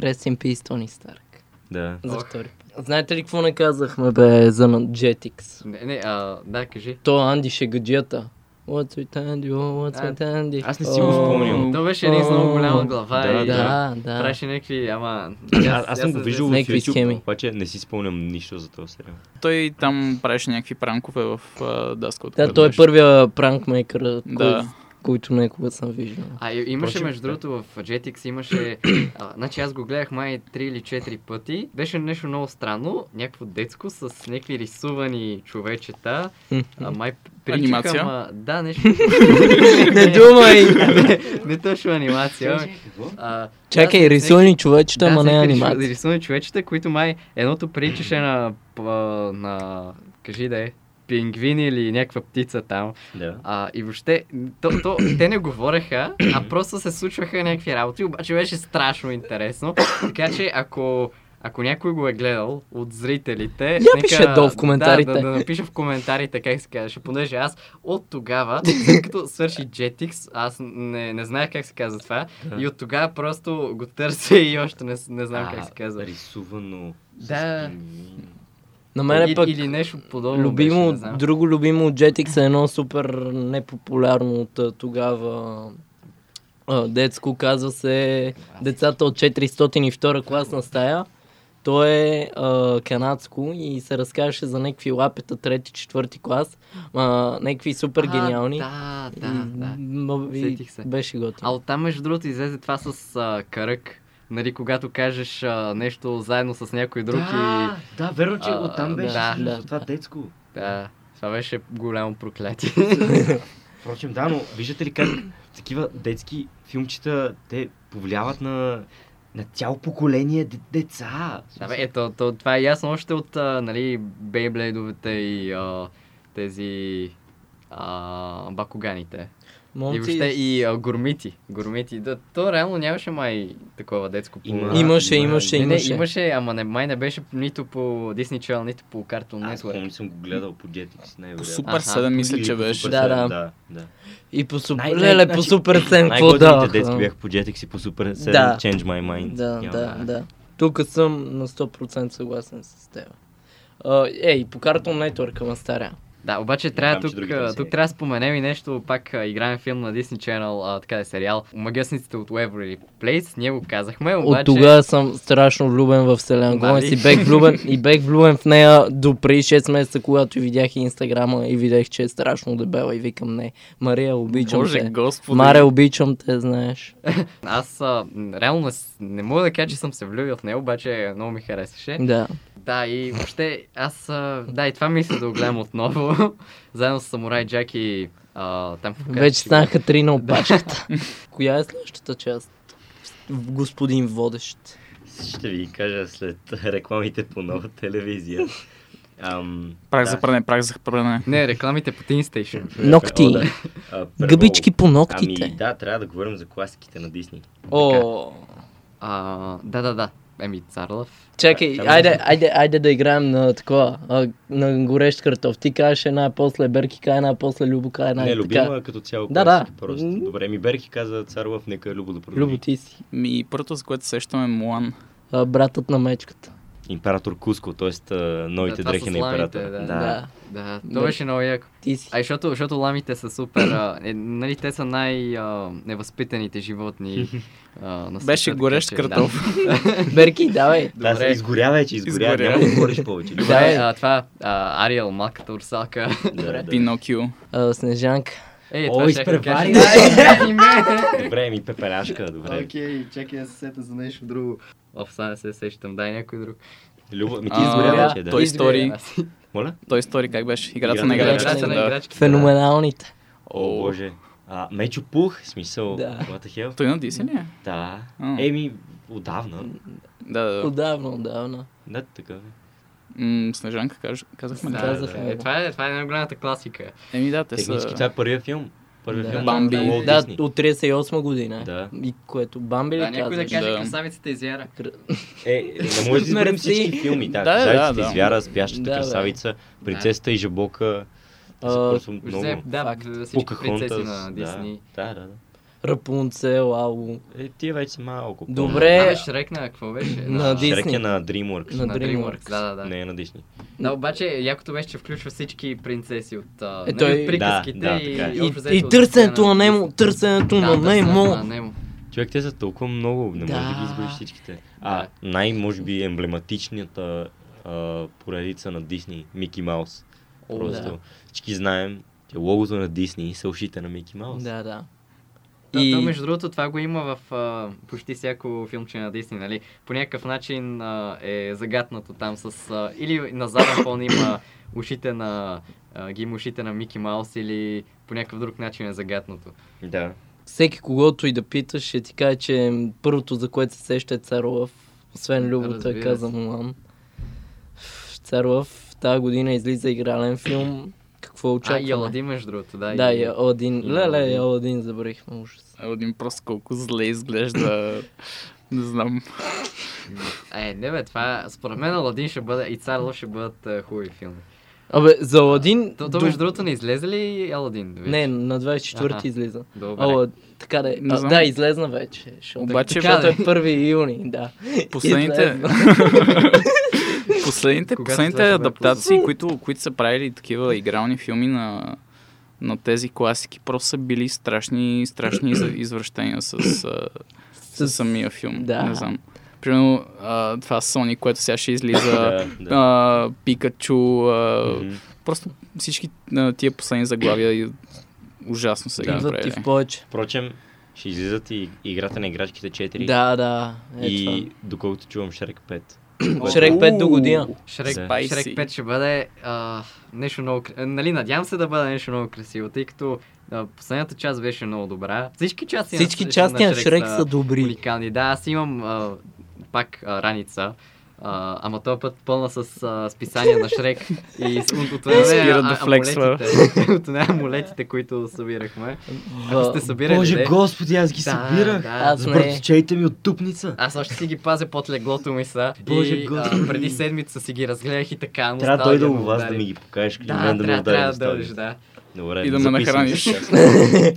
Speaker 3: Rest in peace, Тони Старк.
Speaker 2: Да.
Speaker 3: За
Speaker 4: Ох.
Speaker 3: втори път. Знаете ли какво не казахме, бе, за на Jetix?
Speaker 4: Не, не, а, да, кажи.
Speaker 3: То Анди ще е гадията. What's with Andy, oh, what's
Speaker 4: А,
Speaker 3: with Andy?
Speaker 2: аз не си го
Speaker 3: Oh.
Speaker 2: спомням.
Speaker 4: То беше един с много голяма глава
Speaker 2: Да,
Speaker 4: и
Speaker 3: Да, да.
Speaker 4: правеше някакви, ама...
Speaker 2: Аз, аз съм го виждал в
Speaker 3: Някакви
Speaker 2: YouTube,
Speaker 3: схеми.
Speaker 2: обаче не си спомням нищо за този сериал.
Speaker 5: Той там правеше някакви пранкове в а, даска. от
Speaker 3: Да,
Speaker 5: която
Speaker 3: той е
Speaker 5: беше.
Speaker 3: първия пранкмейкър, кой-
Speaker 5: Да.
Speaker 3: който някога съм виждал.
Speaker 4: А и- имаше,
Speaker 2: Прочим,
Speaker 4: между
Speaker 2: да.
Speaker 4: другото, в Jetix имаше... а, значи аз го гледах май 3 или 4 пъти. Беше нещо много странно. Някакво детско с някакви рисувани човечета. А, май приличаха,
Speaker 5: Анимация?
Speaker 4: Ама, да, нещо...
Speaker 3: Не думай!
Speaker 4: не, не точно анимация. ами, А,
Speaker 3: Чакай,
Speaker 4: аз-
Speaker 3: рисувани човечета, ама не
Speaker 4: всеки
Speaker 3: анимация.
Speaker 4: рисува- Рисувани човечета, които май едното приличаше на, а, на кажи да е, пингвин или някаква птица там.
Speaker 2: Да.
Speaker 4: А, и въобще, то, то, те не говореха, а просто се случваха някакви работи, обаче беше страшно интересно. Така че, ако, ако някой го е гледал от зрителите,
Speaker 3: Я пише долу в коментарите.
Speaker 4: Да, да, да напише в коментарите как се казваше, понеже аз от тогава, след като свърши Jetix, аз не, не знаех как се казва това, и от тогава просто го търся и още не, с- не знам как се казва.
Speaker 2: Рисувано. с
Speaker 4: Да.
Speaker 2: пингвини.
Speaker 3: На мен е
Speaker 4: И-
Speaker 3: пък
Speaker 4: Или нещо подобно. беше,
Speaker 3: любимо,
Speaker 4: не знам.
Speaker 3: друго любимо от Jetix е едно супер непопулярно от а, тогава а, детско. Казва се Децата от 402 класна стая. То е а, канадско и се разказваше за някакви лапета трети, четвърти клас. А, някакви супер гениални.
Speaker 4: А, да, да, да.
Speaker 3: М- и
Speaker 4: Сетих се.
Speaker 3: Беше
Speaker 4: А
Speaker 3: готино.
Speaker 4: оттам, между другото, излезе това с а, кръг. Нали, когато кажеш а, нещо заедно с някой друг и...
Speaker 2: Да, да, верно, че
Speaker 4: А,
Speaker 2: оттам беше
Speaker 4: да,
Speaker 2: всъщност
Speaker 3: да.
Speaker 2: това детско.
Speaker 4: Да, това беше голямо проклятие.
Speaker 2: Впрочем, да, но виждате ли как такива детски филмчета, те повлияват на, на цяло поколение де- деца.
Speaker 4: Да, бе, ето, то, това е ясно още от, а, нали, Бейблейдовете и а, тези а, бакуганите. И въобще и а, гурмити. Гурмити. Да, то реално нямаше май такова детско по...
Speaker 2: Има.
Speaker 3: Имаше,
Speaker 2: Има,
Speaker 3: имаше,
Speaker 4: Не, не,
Speaker 3: имаше.
Speaker 4: имаше, ама не, май не беше нито по Disney Channel, нито по Cartoon
Speaker 2: Аз
Speaker 4: Network.
Speaker 2: помня, съм го гледал по Jetix, най
Speaker 5: По
Speaker 2: вероятно
Speaker 5: Супер
Speaker 4: Аха,
Speaker 5: 7 мисля, че беше.
Speaker 3: Да, да.
Speaker 2: да, да.
Speaker 3: И по супер...
Speaker 2: Най- най-
Speaker 3: Леле, по
Speaker 2: значи,
Speaker 3: супер сен, какво
Speaker 2: Най-готините детски
Speaker 3: да?
Speaker 2: бяха по Jetix и по Супер 7,
Speaker 3: Да.
Speaker 2: Change My Mind.
Speaker 3: Да,
Speaker 2: Няма
Speaker 3: да, да. Тук съм на 100% съгласен с теб. А, Ей, по Cartoon Network, ама старя.
Speaker 4: Да, обаче трябва
Speaker 2: там, че
Speaker 4: тук,
Speaker 2: другите
Speaker 4: а,
Speaker 2: не са
Speaker 4: тук
Speaker 2: ни.
Speaker 4: трябва да споменем и нещо, пак а, играем филм на Disney Channel, а, така е сериал. Магъсниците от Waverly Place, ние го казахме, обаче...
Speaker 3: От тогава съм страшно влюбен в
Speaker 4: Нали?
Speaker 3: Селен Гомес и бех влюбен, и бех влюбен в нея до преди 6 месеца, когато видях инстаграма и видях, че е страшно дебела и викам не. Мария, обичам
Speaker 5: Боже,
Speaker 3: те.
Speaker 5: господи.
Speaker 3: Маре, обичам те, знаеш.
Speaker 4: Аз а, м, реално не, с- не мога да кажа, че съм се влюбил в него, обаче много ми харесваше.
Speaker 3: Да.
Speaker 4: Да, и въобще аз... А, да, и това мисля да го гледам отново, заедно с Самурай Джак и а, там... в къде
Speaker 3: Вече
Speaker 4: си го-
Speaker 3: станаха три на опашката. Коя е следващата част? Господин водещ.
Speaker 2: Ще ви кажа след рекламите по нова телевизия. Ам,
Speaker 5: Прах
Speaker 2: да.
Speaker 5: за пране, прах за пране.
Speaker 4: Не, рекламите по Teen Station.
Speaker 3: Ногти.
Speaker 2: О, да. А, първо,
Speaker 3: Гъбички по
Speaker 2: Ами
Speaker 3: ногтите.
Speaker 2: да, трябва да говорим за класиките на Дисни.
Speaker 3: О,
Speaker 4: А, да, да, да. Еми, Царлов.
Speaker 3: чакай,
Speaker 2: Там-
Speaker 3: айде, айде, айде да играем на такова, а, на горещ картоф. Ти кажеш една, после Берки каже една, после Любо каже една
Speaker 2: Не,
Speaker 3: и така.
Speaker 2: любима е като цяло
Speaker 3: Да,
Speaker 2: класика
Speaker 3: да.
Speaker 2: Просто.
Speaker 3: М.
Speaker 2: Добре, ми Берки каза Царлов, нека е Любо да продължи.
Speaker 3: Любо ти си.
Speaker 5: Ми, първото, за което се сещаме, е Муан.
Speaker 3: А, братът на мечката.
Speaker 2: Император Куско, т.е. новите
Speaker 4: това
Speaker 2: дрехи
Speaker 4: с
Speaker 2: на
Speaker 4: ламите,
Speaker 2: императора.
Speaker 4: да.
Speaker 3: Да.
Speaker 4: Да,
Speaker 3: Да.
Speaker 4: то беше много яко.
Speaker 3: Ти си.
Speaker 4: А и защото, защото ламите са супер, а, е, нали, те са най-невъзпитаните животни а, на света.
Speaker 5: Беше
Speaker 4: така
Speaker 5: горещ
Speaker 4: че,
Speaker 5: картоф.
Speaker 3: Берки, давай.
Speaker 2: Да,
Speaker 4: Добре.
Speaker 2: изгоря вече, изгоря.
Speaker 5: Изгоря.
Speaker 2: Няма да говориш
Speaker 4: Да.
Speaker 2: повече. Любо.
Speaker 4: Добре,
Speaker 3: Давай.
Speaker 4: е, а, това а, Ариел, малката урсалка.
Speaker 2: Да, да.
Speaker 5: Пинокио.
Speaker 3: А, Снежанка.
Speaker 4: Ей,
Speaker 2: О,
Speaker 4: Е, това ще да
Speaker 2: изпревари.
Speaker 4: кажа. Да, и мен.
Speaker 2: Добре, ми пепеляшка, добре.
Speaker 4: Окей, чакай да се сета за нещо друго. Оп, сега не се сещам, дай някой друг.
Speaker 2: Любо, ми ти
Speaker 5: А,
Speaker 2: изгоря вече, да.
Speaker 5: той- Истории.
Speaker 4: Аз-
Speaker 2: Моля?
Speaker 5: Той стори как беше? Играта
Speaker 2: Играта
Speaker 5: на
Speaker 2: на
Speaker 5: играчките.
Speaker 4: Играта на
Speaker 5: Да.
Speaker 4: играчки.
Speaker 3: Феноменалните.
Speaker 2: О, боже. А, Мечо Пух, в смисъл,
Speaker 3: Да.
Speaker 2: what the hell?
Speaker 5: Той на DC ли е?
Speaker 2: Да.
Speaker 5: А.
Speaker 2: Еми, отдавна.
Speaker 5: Да, да, да.
Speaker 3: Отдавна, отдавна.
Speaker 2: Да, така е.
Speaker 5: М, Снежанка каж- казахме.
Speaker 4: Да,
Speaker 5: Да.
Speaker 4: да, да. Е, Това е, това е най-голямата класика.
Speaker 5: Еми да, те
Speaker 2: Технически това
Speaker 5: са...
Speaker 2: е първия филм. Първия
Speaker 3: Да.
Speaker 2: филм.
Speaker 5: Бамби.
Speaker 2: на Уолт
Speaker 3: Да,
Speaker 2: Дисни.
Speaker 3: от 38 година. е.
Speaker 2: Да.
Speaker 3: И което Бамби ли
Speaker 4: Да, някой да
Speaker 3: казваш?
Speaker 4: каже
Speaker 5: да.
Speaker 4: красавицата и зяра.
Speaker 2: Е, не може да изберем
Speaker 3: Мерси.
Speaker 2: всички филми. Да,
Speaker 5: Да, да,
Speaker 2: да, да,
Speaker 5: да.
Speaker 2: звяра, спящата
Speaker 3: Да, бе.
Speaker 2: красавица, принцесата и жабока. Те са
Speaker 3: А,
Speaker 2: просто много.
Speaker 4: Взе, да,
Speaker 3: Факт.
Speaker 4: всички
Speaker 2: Покахонтас,
Speaker 4: принцеси на Дисни.
Speaker 2: Да, да, да. да.
Speaker 3: Рапунцел, ау.
Speaker 2: Е, тия вече са малко. по-
Speaker 3: Добре.
Speaker 4: Абе, Шрек на какво беше?
Speaker 3: На Дисни.
Speaker 2: Шрек е на DreamWorks.
Speaker 3: На
Speaker 4: на
Speaker 3: DreamWorks.
Speaker 4: DreamWorks. Да, да, да.
Speaker 2: Не е на Дисни.
Speaker 4: Да, обаче якото беше, че включва всички принцеси от, а,
Speaker 3: Е,
Speaker 4: нали,
Speaker 3: той-
Speaker 4: от приказките
Speaker 2: Да, да,
Speaker 4: и,
Speaker 2: така е.
Speaker 4: и,
Speaker 3: И,
Speaker 4: общо взето
Speaker 3: и
Speaker 4: от
Speaker 3: търсенето
Speaker 4: сцена.
Speaker 3: на Немо, търсенето
Speaker 4: Да,
Speaker 3: на
Speaker 4: търсенето
Speaker 3: Немо.
Speaker 4: на Немо.
Speaker 2: Човек, те са толкова много, не можеш да ги
Speaker 3: Да.
Speaker 2: избереш всичките. А най-може би емблематичната а, поредица на Дисни, Мики Маус.
Speaker 4: О,
Speaker 2: Просто
Speaker 4: да.
Speaker 2: всички знаем, че логото на Дисни са ушите на Мики Маус.
Speaker 3: Да, да.
Speaker 4: И... То,
Speaker 3: И
Speaker 4: между другото, това го има в а, почти всяко филмче на Дисни, нали? По някакъв начин а, е загатнато там с... А, или на заден фон има ушите на... А, ги има ушите на Мики Маус или по някакъв друг начин е загатнато.
Speaker 2: Да.
Speaker 3: всеки когото и да питаш, ще ти каже, че м, първото, за което се сеща е Царлов. Освен Любо, той
Speaker 4: Разбира
Speaker 3: каза
Speaker 4: се.
Speaker 3: Мулан. Царлов, тази година излиза игрален филм. Какво
Speaker 4: А, и
Speaker 3: очакваме?
Speaker 4: Аладин, между другото, да.
Speaker 3: Да,
Speaker 4: и...
Speaker 3: и Аладин.
Speaker 4: и
Speaker 3: Леле,
Speaker 4: Аладин.
Speaker 3: Аладин забравихме ужас.
Speaker 5: Един Е, просто колко зле изглежда. Не знам.
Speaker 4: Е, не бе, това... Според мен Аладин ще бъде и Царло ще бъдат а, хубави филми.
Speaker 3: Абе, за Аладин...
Speaker 4: То, то
Speaker 3: до-
Speaker 4: между другото не излезе ли Аладин? вече?
Speaker 3: Не, на 24
Speaker 4: Аха.
Speaker 3: излиза.
Speaker 4: Добре.
Speaker 3: Ала, така да е.
Speaker 5: Не
Speaker 3: А,
Speaker 5: знам.
Speaker 3: Да, излезна вече. защото-
Speaker 5: Обаче-
Speaker 3: Защото е 1 юни, да.
Speaker 5: Последните...
Speaker 3: Излезна.
Speaker 5: последните,
Speaker 4: Когато
Speaker 5: последните
Speaker 4: започнахме
Speaker 5: адаптации, които, които са правили такива игрални филми на, на тези класики, просто са били страшни, страшни из- извращения с, а, с самия филм.
Speaker 3: Да.
Speaker 5: Не знам. Примерно а, това Сони, което сега ще излиза,
Speaker 2: Да, да.
Speaker 5: а, Пикачу, а,
Speaker 2: Мгм.
Speaker 5: просто всички а, тия последни заглавия и ужасно са ги
Speaker 3: Идват ти
Speaker 5: направили.
Speaker 3: в повече.
Speaker 2: Впрочем, ще излизат и играта на играчките 4
Speaker 3: Да, да. Е
Speaker 2: и доколкото чувам Шрек 5.
Speaker 3: това. Шрек 5 до година.
Speaker 4: Шрек,
Speaker 5: Spicy.
Speaker 4: Шрек 5 ще бъде а, нещо много... кра- Нали, надявам се да бъде нещо много красиво, тъй като а, последната част беше много добра. Всички части,
Speaker 3: Всички
Speaker 4: на,
Speaker 3: части на Шрек
Speaker 4: са
Speaker 3: са добри.
Speaker 4: уникални. Да, аз имам а, пак а, раница. А, ама този път пълна с а, списания на Шрек и с- от- от това
Speaker 5: Спира
Speaker 4: а-
Speaker 5: да
Speaker 4: а-
Speaker 5: флексва.
Speaker 4: амулетите. От това амулетите, които събирахме. Ако
Speaker 3: В-
Speaker 4: сте събирали, де?
Speaker 2: господи, аз ги
Speaker 4: нали? Да, да.
Speaker 3: Аз не.
Speaker 2: Братовчеите ми от тупница.
Speaker 4: Аз още си ги пазя под леглото ми са.
Speaker 2: Боже,
Speaker 4: и, а,
Speaker 2: Господи.
Speaker 4: преди седмица си ги разгледах и така.
Speaker 2: Трябва да
Speaker 4: дойда
Speaker 2: дойда у вас да ми ги покажеш, или
Speaker 4: Да,
Speaker 2: мен да ми
Speaker 4: трябва, трябва
Speaker 2: удариш
Speaker 4: да дойдеш, да.
Speaker 2: Добре,
Speaker 5: И да ме
Speaker 2: записвам
Speaker 5: нахраниш.
Speaker 2: се сега.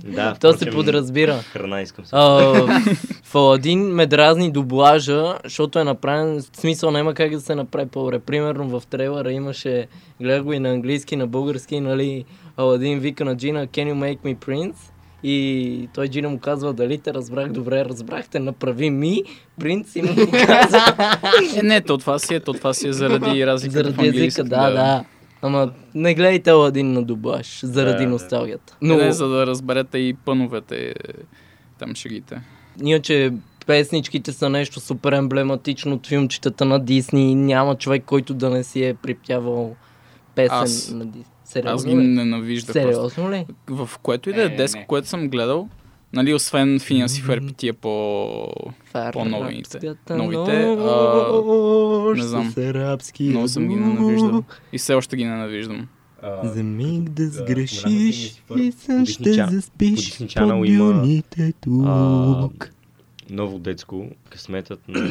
Speaker 2: да,
Speaker 3: То се
Speaker 2: впрочем,
Speaker 3: подразбира.
Speaker 2: Храна искам се.
Speaker 3: А, Фаладин ме дразни дублажа, защото е направен, в смисъл няма как да се направи по-добре. Примерно в трейлера имаше, гледах го и на английски, на български, нали, Аладин вика на Джина, Can you make me prince? И той Джина му казва, дали те разбрах добре, разбрахте, направи ми принц и му показва
Speaker 5: Е, не, то това си е, то това си е заради разликата в
Speaker 3: заради
Speaker 5: английски.
Speaker 3: езика, да, да. Ама не гледайте Аладин на дублаж, заради
Speaker 2: Да, да.
Speaker 3: носталгията.
Speaker 5: Но...
Speaker 3: Но,
Speaker 5: Не, за да разберете и пъновете е, там шегите.
Speaker 3: Иначе песничките са нещо супер емблематично от филмчетата на Дисни. Няма човек, който да не си е приптявал песен
Speaker 5: Аз-
Speaker 3: на Дисни.
Speaker 5: Аз
Speaker 3: Сериозно
Speaker 5: ги
Speaker 3: ли?
Speaker 5: ненавиждам. просто.
Speaker 3: Сериозно ли?
Speaker 5: В което и да е
Speaker 4: Е,
Speaker 5: деск,
Speaker 4: не.
Speaker 5: което съм гледал, нали, освен Финанси Ферпи, тия по... По-новините.
Speaker 3: Фарабската
Speaker 5: Новите, а,
Speaker 3: нощ
Speaker 5: не знам.
Speaker 3: с арабски
Speaker 5: Много съм ги
Speaker 3: звук.
Speaker 5: ненавиждал. И все още ги ненавиждам.
Speaker 3: За миг да
Speaker 2: споменахме
Speaker 3: сгрешиш
Speaker 2: Дисни
Speaker 3: и
Speaker 2: По
Speaker 3: сън ще
Speaker 2: Дисни Чан- по
Speaker 3: заспиш
Speaker 2: Дисни
Speaker 3: под
Speaker 2: Чанъл има,
Speaker 3: дюните
Speaker 2: а,
Speaker 3: тук.
Speaker 2: ново детско, късметът на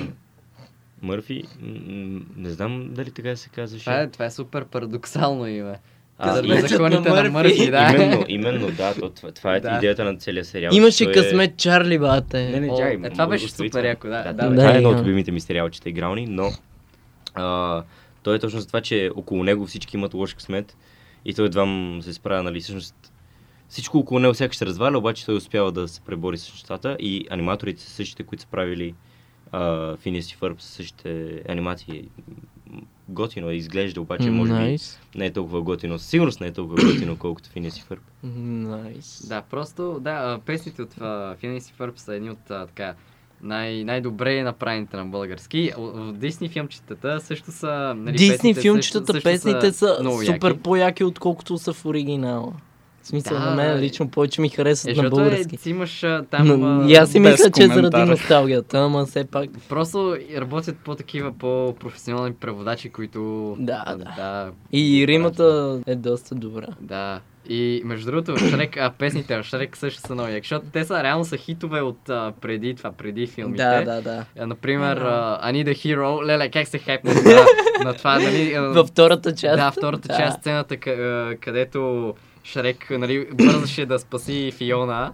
Speaker 2: Мърфи. М, м, Не знам дали така се
Speaker 4: Това е,
Speaker 2: казваше.
Speaker 4: това е супер парадоксално име.
Speaker 2: А,
Speaker 4: А,
Speaker 2: и-
Speaker 4: и законите на
Speaker 3: на Мърфи.
Speaker 4: Мърфи, да.
Speaker 2: Именно, именно, да, то, това, това е
Speaker 4: Да.
Speaker 2: идеята на целия сериал. че
Speaker 3: Имаше
Speaker 2: той е-
Speaker 3: късмет Чарли, бате.
Speaker 2: Не, не,
Speaker 4: О,
Speaker 2: чакай.
Speaker 4: е,
Speaker 2: м-
Speaker 4: това беше
Speaker 2: остави
Speaker 4: супер
Speaker 2: това.
Speaker 4: яко, да, да,
Speaker 2: да,
Speaker 4: бе.
Speaker 2: това
Speaker 3: Да,
Speaker 2: е едно от
Speaker 3: да.
Speaker 2: любимите ми сериалчета игрални, но а, той е точно за това, че около него всички имат лош късмет и той едва му се справя, нали, всъщност всичко около него сякаш се разваля, обаче той успява да се пребори с нещата и аниматорите са същите, които са правили а, Финес и Фърб, са същите анимации. М, Готино е, изглежда, обаче може би
Speaker 3: Найс.
Speaker 2: не е толкова готино. Със сигурност не е толкова готино, колкото Финес и Фърб.
Speaker 3: Найс.
Speaker 4: Да, просто, да, а, песните от а, Финанси Фърп са едни от а, така най- най-добре направените на български. В- В Дисни филмчетата също са... Нали,
Speaker 3: Дисни
Speaker 4: песните също-
Speaker 3: филмчетата,
Speaker 4: също
Speaker 3: песните са
Speaker 4: много яки.
Speaker 3: супер по-яки, отколкото са в оригинала. В смисъл,
Speaker 4: Да,
Speaker 3: на мен
Speaker 4: бе.
Speaker 3: лично повече ми харесват
Speaker 4: Е,
Speaker 3: на
Speaker 4: защото е,
Speaker 3: български.
Speaker 4: ти имаш а, там...
Speaker 3: Но,
Speaker 4: а,
Speaker 3: и аз си
Speaker 5: без
Speaker 3: мисля, че е заради
Speaker 5: коментар.
Speaker 3: носталгията, ама все пак.
Speaker 4: Просто работят по-такива, по-професионални преводачи, които...
Speaker 3: Да,
Speaker 4: а,
Speaker 3: да.
Speaker 4: да
Speaker 3: И римата е доста добра.
Speaker 4: Да. И между другото, в Шрек, а, песните в Шрек също са много яки, защото те са реално са хитове от а, преди това, преди филмите.
Speaker 3: Да, да, да.
Speaker 4: А, Например, uh, I Need a Hero. Леле, как се хайпна на, на това, нали? а,
Speaker 3: Във втората част.
Speaker 4: Да, втората част, сцената, къ- а, където Шрек, нали, бързаше да спаси Фиона,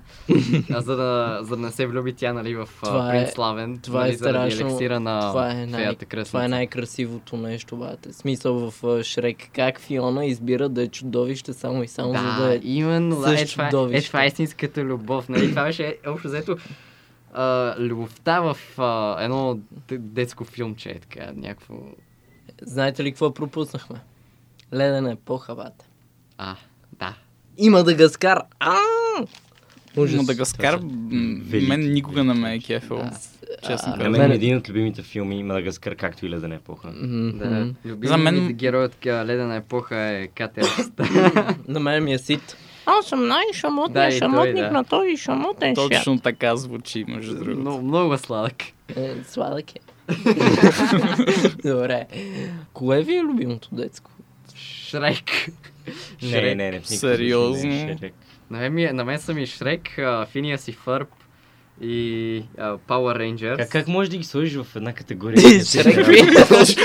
Speaker 4: а, за, да, за да не се влюби тя, нали, в
Speaker 3: Това
Speaker 4: а,
Speaker 3: е-
Speaker 4: Принц Славен.
Speaker 3: това е
Speaker 4: нали, заради
Speaker 3: страшно.
Speaker 4: еликсира на
Speaker 3: Това е, най-
Speaker 4: феята кръстница.
Speaker 3: това е най-красивото нещо, бате. Смисъл в а, Шрек. Как Фиона избира да е чудовище само и само за да
Speaker 4: Да,
Speaker 3: е
Speaker 4: именно. Да, е,
Speaker 3: също
Speaker 4: това, е, е,
Speaker 3: чудовище.
Speaker 4: това е истинската любов. Нали? Това беше е, общо взето а, любовта в а, едно д- детско филмче, е така, някакво...
Speaker 3: Знаете ли какво пропуснахме? Ледена епоха, бате.
Speaker 4: А, да.
Speaker 3: И Мадагаскар. А! Ужас.
Speaker 5: Мадагаскар,
Speaker 2: Това са
Speaker 5: м,
Speaker 2: велики,
Speaker 5: мен никога не ме е
Speaker 2: велики.
Speaker 5: кефил. Честно
Speaker 2: На мен
Speaker 5: казвам.
Speaker 3: мене-
Speaker 2: е един от любимите филми Мадагаскар, както и Ледена епоха.
Speaker 3: Мгм.
Speaker 4: да. Любим
Speaker 5: За
Speaker 4: За
Speaker 5: мен-
Speaker 4: мен... герой от а, ледена епоха е Катя.
Speaker 3: На мен ми е сит.
Speaker 6: Аз съм най-шамотният
Speaker 4: Да, и той,
Speaker 6: шамотник
Speaker 4: да.
Speaker 6: на този
Speaker 5: е,
Speaker 6: шамотен свят.
Speaker 5: Точно така звучи, между другото.
Speaker 4: Но много сладък.
Speaker 3: Е, сладък е. Добре. Кое ви е любимото детско?
Speaker 4: Шрек.
Speaker 2: Не, не, не. в никакъв случай не е
Speaker 5: Сериозно?
Speaker 2: Шрек.
Speaker 4: На мен, ми е- на мен са ми Шрек, а, Финия си Фърб, и а, Power Rangers. Е,
Speaker 2: Как, как можеш да ги сложиш в една категория?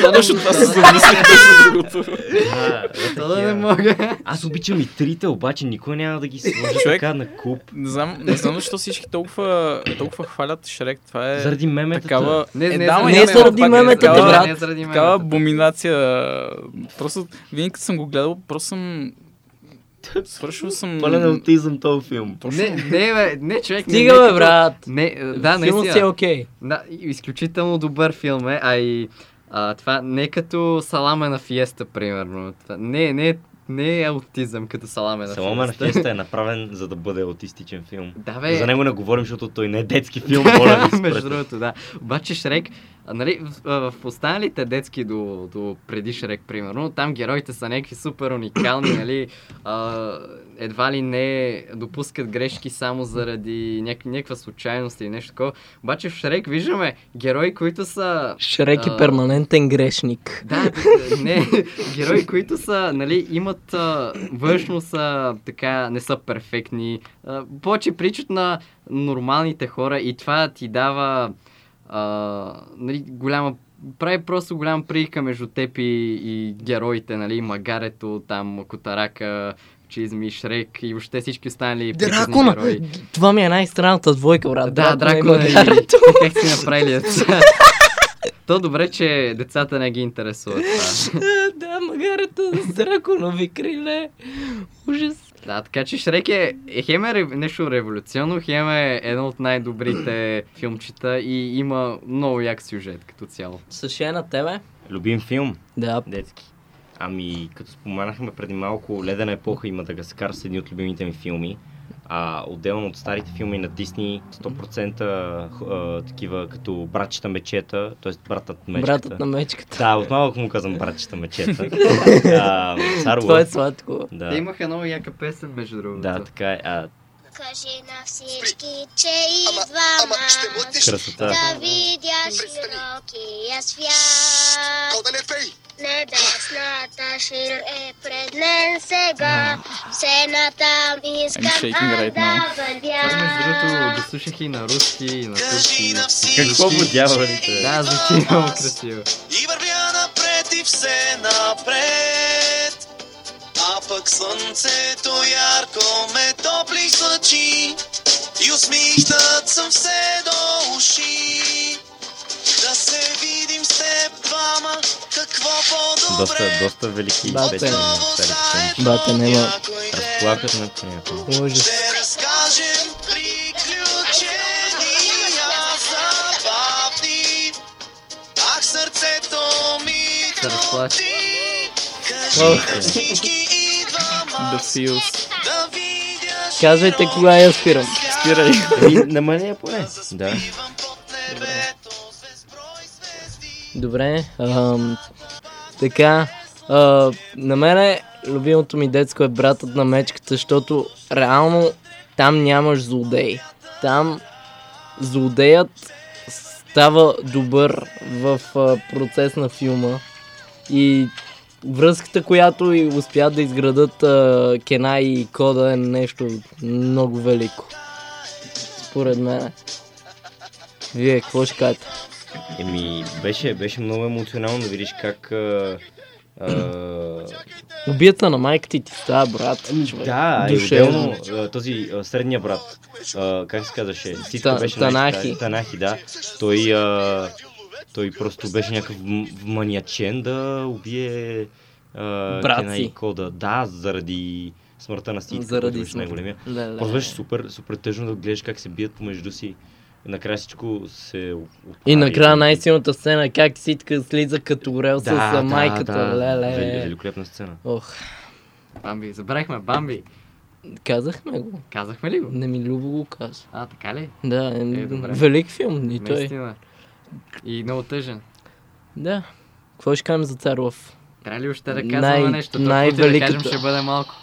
Speaker 5: Точно това се замисля точно другото.
Speaker 2: А, е
Speaker 4: Та да не
Speaker 2: такива.
Speaker 4: мога.
Speaker 2: Аз обичам и трите, обаче никой няма да ги сложи
Speaker 5: Човек.
Speaker 2: така на куп.
Speaker 5: Не знам, не знам защо всички толкова, толкова хвалят Шрек. Това е
Speaker 2: Заради меметата.
Speaker 5: такава...
Speaker 4: Не,
Speaker 3: Е,
Speaker 4: не,
Speaker 5: да,
Speaker 4: не,
Speaker 5: ама
Speaker 4: не
Speaker 5: има
Speaker 4: заради е
Speaker 5: пак е
Speaker 3: мемета,
Speaker 5: такава-
Speaker 3: бе, брат.
Speaker 4: не заради мен.
Speaker 5: Такава абоминация. Просто винаги като съм го гледал, просто съм... Свършил съм...
Speaker 2: е
Speaker 7: Пълен аутизъм този филм.
Speaker 4: Не, не, бе, не, човек. не,
Speaker 3: Стига,
Speaker 4: не,
Speaker 3: бе,
Speaker 4: такова-
Speaker 3: брат.
Speaker 4: Не, а, да,
Speaker 3: Филмът си е
Speaker 4: наистина.
Speaker 3: окей.
Speaker 4: Да, и- изключително добър филм е, а и а, това не е като Саламе на фиеста, примерно. Това, не, не, не е аутизъм като Саламе на
Speaker 2: Салома на
Speaker 4: фиеста.
Speaker 2: феста е направен за да бъде аутистичен филм.
Speaker 4: Да, бе.
Speaker 2: За него не говорим, защото той не е детски филм, моля ви
Speaker 4: Между
Speaker 2: спрете.
Speaker 4: другото, да. Обаче Шрек, а, нали, в, а, в останалите детски до, до преди Шрек, примерно, там героите са някакви супер уникални, нали, а, едва ли не допускат грешки само заради няк- някаква случайност или нещо такова. Обаче в Шрек виждаме герои, които са...
Speaker 3: Шрек
Speaker 4: а,
Speaker 3: е перманентен грешник.
Speaker 4: да, не, герои, които са, нали, имат а, външно са така, не са перфектни. А, повече причат на нормалните хора и това ти дава а, нали, голяма прави просто голяма прилика между теб и, и героите, нали, Магарето, там, Котарака, Чизми, Шрек и въобще всички останали приказни
Speaker 3: Дракона!
Speaker 4: герои.
Speaker 3: Това ми е най-странната двойка, брат. е
Speaker 4: Да, е
Speaker 3: Дракона
Speaker 4: дракона
Speaker 3: и
Speaker 4: и...
Speaker 3: Магарето.
Speaker 4: Как си направили деца? То добре, че децата не ги интересуват това.
Speaker 3: Е, Да, магарето с драконови криле. Ужас.
Speaker 4: Да, така че Шрек е, е хем е рев- нещо революционно, хем е едно от най-добрите филмчета и има много як сюжет като цяло.
Speaker 3: Съше на тебе?
Speaker 2: Любим филм?
Speaker 3: Да.
Speaker 2: Детски. Ами, като споменахме преди малко, Ледена епоха и Мадагаскар са едни от любимите ми филми. А отделно от старите филми на Дисни, 100% а, такива като Братчета мечета, т.е. Братът мечката.
Speaker 3: Братът на мечката.
Speaker 2: Да, от малък му казвам братчета мечета. а, Star
Speaker 3: Това е
Speaker 2: Wars.
Speaker 3: сладко.
Speaker 4: Те
Speaker 2: Да,
Speaker 4: имаха много яка песен, между другото.
Speaker 2: да, така е. А,
Speaker 8: Кажи на всички, че идвам
Speaker 9: ама ще му
Speaker 8: аз
Speaker 9: отиш.
Speaker 2: красота.
Speaker 8: да видя
Speaker 9: Престани.
Speaker 8: широкия свят.
Speaker 9: То да не пей!
Speaker 8: Небесната шир е пред мен сега. Все натам
Speaker 5: I'm
Speaker 8: искам
Speaker 5: shaking
Speaker 8: аз
Speaker 5: right
Speaker 8: да
Speaker 5: now.
Speaker 4: Това, между другото,
Speaker 8: вървя.
Speaker 4: го слушах и на руски, и на турски.
Speaker 2: Какво подявалите?
Speaker 4: Да, звучи много красиво.
Speaker 9: И вървя напред и все напред. А пък слънцето ярко ме топли с лъчи. И усмихнат съм все до уши. Да се видим с теб двама, какво
Speaker 2: Доста,
Speaker 9: по-добре.
Speaker 2: доста велики
Speaker 3: Да,
Speaker 2: песни
Speaker 3: те.
Speaker 2: на старите филми.
Speaker 3: Бате, няма.
Speaker 9: Някой ден
Speaker 2: Разплакат ме по някакво.
Speaker 3: Ужас.
Speaker 9: Ще разкажем приключения забавни. Ах, сърцето ми
Speaker 4: Се разплача.
Speaker 9: ти. Кажи на всички идвам
Speaker 5: The
Speaker 9: аз
Speaker 5: Feels.
Speaker 9: да видя
Speaker 3: Казвайте кога е. я спирам.
Speaker 5: Спирай.
Speaker 2: Намали я е поне. Да.
Speaker 9: Спивам под небето с безброй звезди.
Speaker 3: Добре. Ам, така. А, на мен е любимото ми детско е братът на мечката, защото реално там нямаш злодей. Там злодеят става добър в а, процес на филма. И връзката, която и успят да изградат а, Кена и Кода е нещо много велико. Според мен. Вие какво ще кажете?
Speaker 2: Еми, беше, беше много емоционално да видиш как... А, а,
Speaker 3: Убията на майка ти ти става, брат. човек.
Speaker 2: Ами, да, и
Speaker 3: Душевно.
Speaker 2: отделно а, този а, средния брат, а, как се казваше? Ситко
Speaker 3: Та-
Speaker 2: беше
Speaker 3: Танахи.
Speaker 2: най- Танахи, да. Той, а, той просто беше някакъв м- маниачен да убие а,
Speaker 3: Брат
Speaker 2: Кена
Speaker 3: си.
Speaker 2: и Кода. Да, заради смъртта на Ситко,
Speaker 3: Заради
Speaker 2: който беше
Speaker 3: смъртта.
Speaker 2: най-големия.
Speaker 3: Да, да.
Speaker 2: Просто беше супер, супер тъжно да гледаш как се бият помежду си. Накрая всичко се...
Speaker 3: И
Speaker 2: оправи.
Speaker 3: накрая най-силната сцена, как ситка слиза като орел с
Speaker 2: да,
Speaker 3: а, майката.
Speaker 2: Да, да.
Speaker 3: леле.
Speaker 2: Вели- Великолепна сцена.
Speaker 3: Ох,
Speaker 4: Бамби, забравихме Бамби.
Speaker 3: казахме го.
Speaker 4: Казахме ли го?
Speaker 3: Не ми е любо го каза.
Speaker 4: А, така ли?
Speaker 3: Да, е,
Speaker 4: Е, добре.
Speaker 3: велик филм и той.
Speaker 4: Наистина. И много тъжен.
Speaker 3: Да. Какво ще кажем за Царлов?
Speaker 4: Трябва ли още да казваме
Speaker 3: Най-
Speaker 4: нещо? Друг път да
Speaker 3: най-великата.
Speaker 4: кажем, ще бъде малко.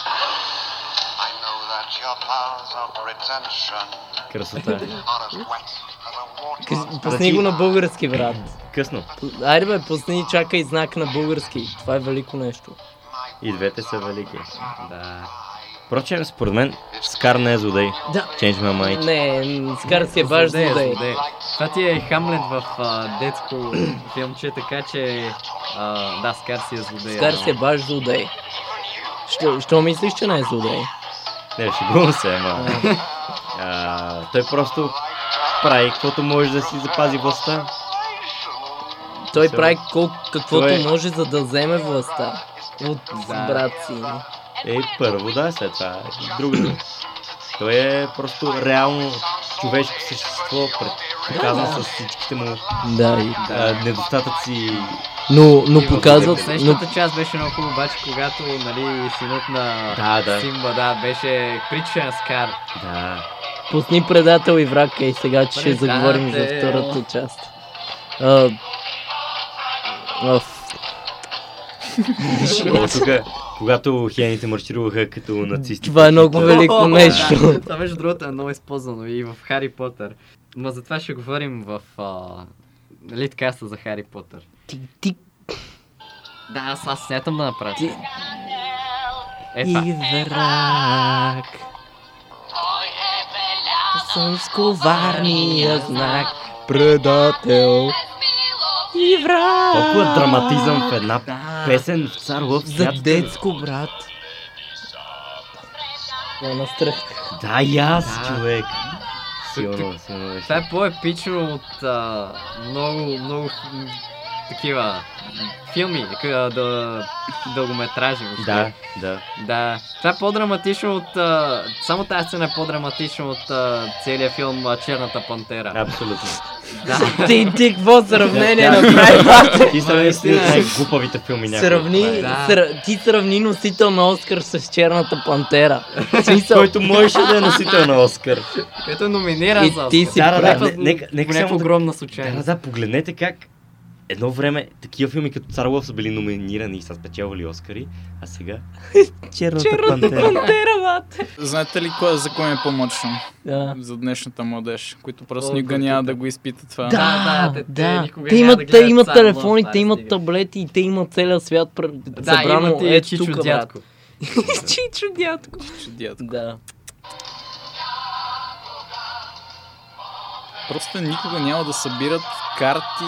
Speaker 9: I know that your powers of retention
Speaker 2: Красота.
Speaker 9: are as wet as a
Speaker 3: Кажи-
Speaker 9: waterfall.
Speaker 3: Пусни го на български, брат.
Speaker 2: Късно.
Speaker 3: Пу- Айде бе, пусни и чакай знак на български. Това е велико нещо.
Speaker 9: My
Speaker 2: И двете са велики.
Speaker 4: Да.
Speaker 2: Впрочем, според мен, Скар не е злодей.
Speaker 3: Да.
Speaker 2: Change my mind.
Speaker 3: Не, Скар си е баш
Speaker 4: Злодей,
Speaker 3: злодей.
Speaker 4: злодей. Това ти е Хамлет в а, детско филмче, така че... А, да, Скар си е злодей.
Speaker 3: Скар си е баш злодей. Що, що мислиш, че не е злодей?
Speaker 2: Не, шегувам се, ама... А, той просто прави каквото може да си запази властта.
Speaker 3: Той
Speaker 2: Сега-
Speaker 3: прави колко, каквото
Speaker 2: Той е-
Speaker 3: може, за да вземе властта от
Speaker 4: Да.
Speaker 3: брат си.
Speaker 2: Е, първо да, след това другото. Той е просто реално човешко същество, пред- показано с всичките му
Speaker 3: Да, и...
Speaker 2: а, недостатъци.
Speaker 3: но, но
Speaker 2: И в
Speaker 3: показват... Но...
Speaker 4: Следващата е част беше много хубава, обаче, когато, нали, синът на
Speaker 2: Да, да.
Speaker 4: Симба, да, беше притча на Скар.
Speaker 2: Да.
Speaker 3: Пусни предател и враг, и сега че ще
Speaker 4: Предател.
Speaker 3: заговорим за втората част. А... Оф.
Speaker 2: О, тук, когато хиените маршируваха като нацисти.
Speaker 3: Това е много велико нещо.
Speaker 4: Това между другото е много използвано и в Хари Потър. Ма за това ще говорим в а, литкаста за Хари Потър.
Speaker 3: Ти, ти,
Speaker 4: Да, аз, аз смятам да направя.
Speaker 3: ти,
Speaker 4: Е, това.
Speaker 3: ти враг. Съм с коварния знак. Предател. И враг.
Speaker 2: Толкова драматизъм в една песен в цар Лъв
Speaker 3: За
Speaker 2: свят.
Speaker 3: детско, брат. Ме настрах.
Speaker 2: Да, и аз,
Speaker 4: Да.
Speaker 2: човек. Силно, силно беше.
Speaker 4: Това е по-епично от а, много, много м, такива филми, къ- да, дългометражи. въобще.
Speaker 2: Да, да.
Speaker 4: да. Това е по-драматично от... А, само тази сцена е по-драматична от а, целият филм а, Черната пантера.
Speaker 2: Абсолютно.
Speaker 3: Ти, ти, какво сравнение
Speaker 2: Да.
Speaker 3: направи, брат?
Speaker 2: Ти са наистина най-глупавите е филми някога.
Speaker 3: Сравни,
Speaker 4: Да.
Speaker 3: сра- ти сравни носител на Оскар с черната пантера. В Смисъл,
Speaker 2: Който можеше да е носител на Оскар.
Speaker 4: Който е номиниран
Speaker 3: И
Speaker 4: за
Speaker 3: ти
Speaker 4: Оскар.
Speaker 3: си
Speaker 2: Да, да, да,
Speaker 4: Някаква-
Speaker 2: не- нека- нека
Speaker 4: по някаква
Speaker 2: само да-
Speaker 4: огромна
Speaker 2: Да, да,
Speaker 4: случайност.
Speaker 2: да, погледнете как едно време такива филми като Цар Лъв са били номинирани и са спечелвали Оскари, а сега... Черната, пантера.
Speaker 5: Знаете ли кое, за кое е по-мъчно?
Speaker 3: Да.
Speaker 5: За днешната младеж, които просто
Speaker 4: О,
Speaker 5: никога
Speaker 4: да,
Speaker 5: няма
Speaker 4: да.
Speaker 5: да го изпитат това.
Speaker 4: Да, да, те-
Speaker 3: да.
Speaker 4: те никога
Speaker 3: Те
Speaker 4: няма
Speaker 3: имат,
Speaker 4: да
Speaker 3: те
Speaker 4: гледат
Speaker 3: имат
Speaker 4: само
Speaker 3: телефони,
Speaker 4: Лъв, да,
Speaker 3: те имат
Speaker 4: стига.
Speaker 3: таблети и те имат целия сват пр...
Speaker 4: Да,
Speaker 3: събрано
Speaker 4: имате
Speaker 3: ето
Speaker 4: Чичо
Speaker 3: тук, брат.
Speaker 4: дядко.
Speaker 10: Чичо дядко.
Speaker 5: Че дядо.
Speaker 3: Да.
Speaker 5: Просто никога няма да събират карти,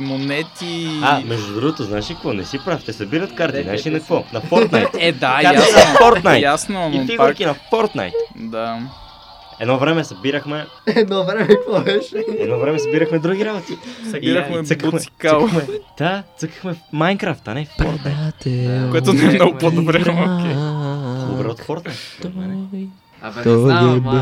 Speaker 5: монети.
Speaker 2: А, между другото, знаеш ли какво? Не си прав, те събират карти,
Speaker 4: Де,
Speaker 2: знаеш ли
Speaker 4: де,
Speaker 2: на
Speaker 4: де
Speaker 2: какво? На Fortnite.
Speaker 5: е, да,
Speaker 2: Карти
Speaker 5: ясно.
Speaker 2: на Fortnite.
Speaker 5: Ясно,
Speaker 2: И
Speaker 5: но пак...
Speaker 2: фигурки на Fortnite.
Speaker 5: Да.
Speaker 2: Едно време събирахме,
Speaker 4: Едно време какво беше?
Speaker 2: едно време събирахме други работи.
Speaker 5: Събирахме
Speaker 2: И- и цъкахме-
Speaker 5: буцикал.
Speaker 2: цъкахме- Да, цъкахме в Майнкрафт, а не в Fortnite.
Speaker 5: Което не е много по-добре, ама окей.
Speaker 2: Добре от Fortnite.
Speaker 4: Абе, не знам, ама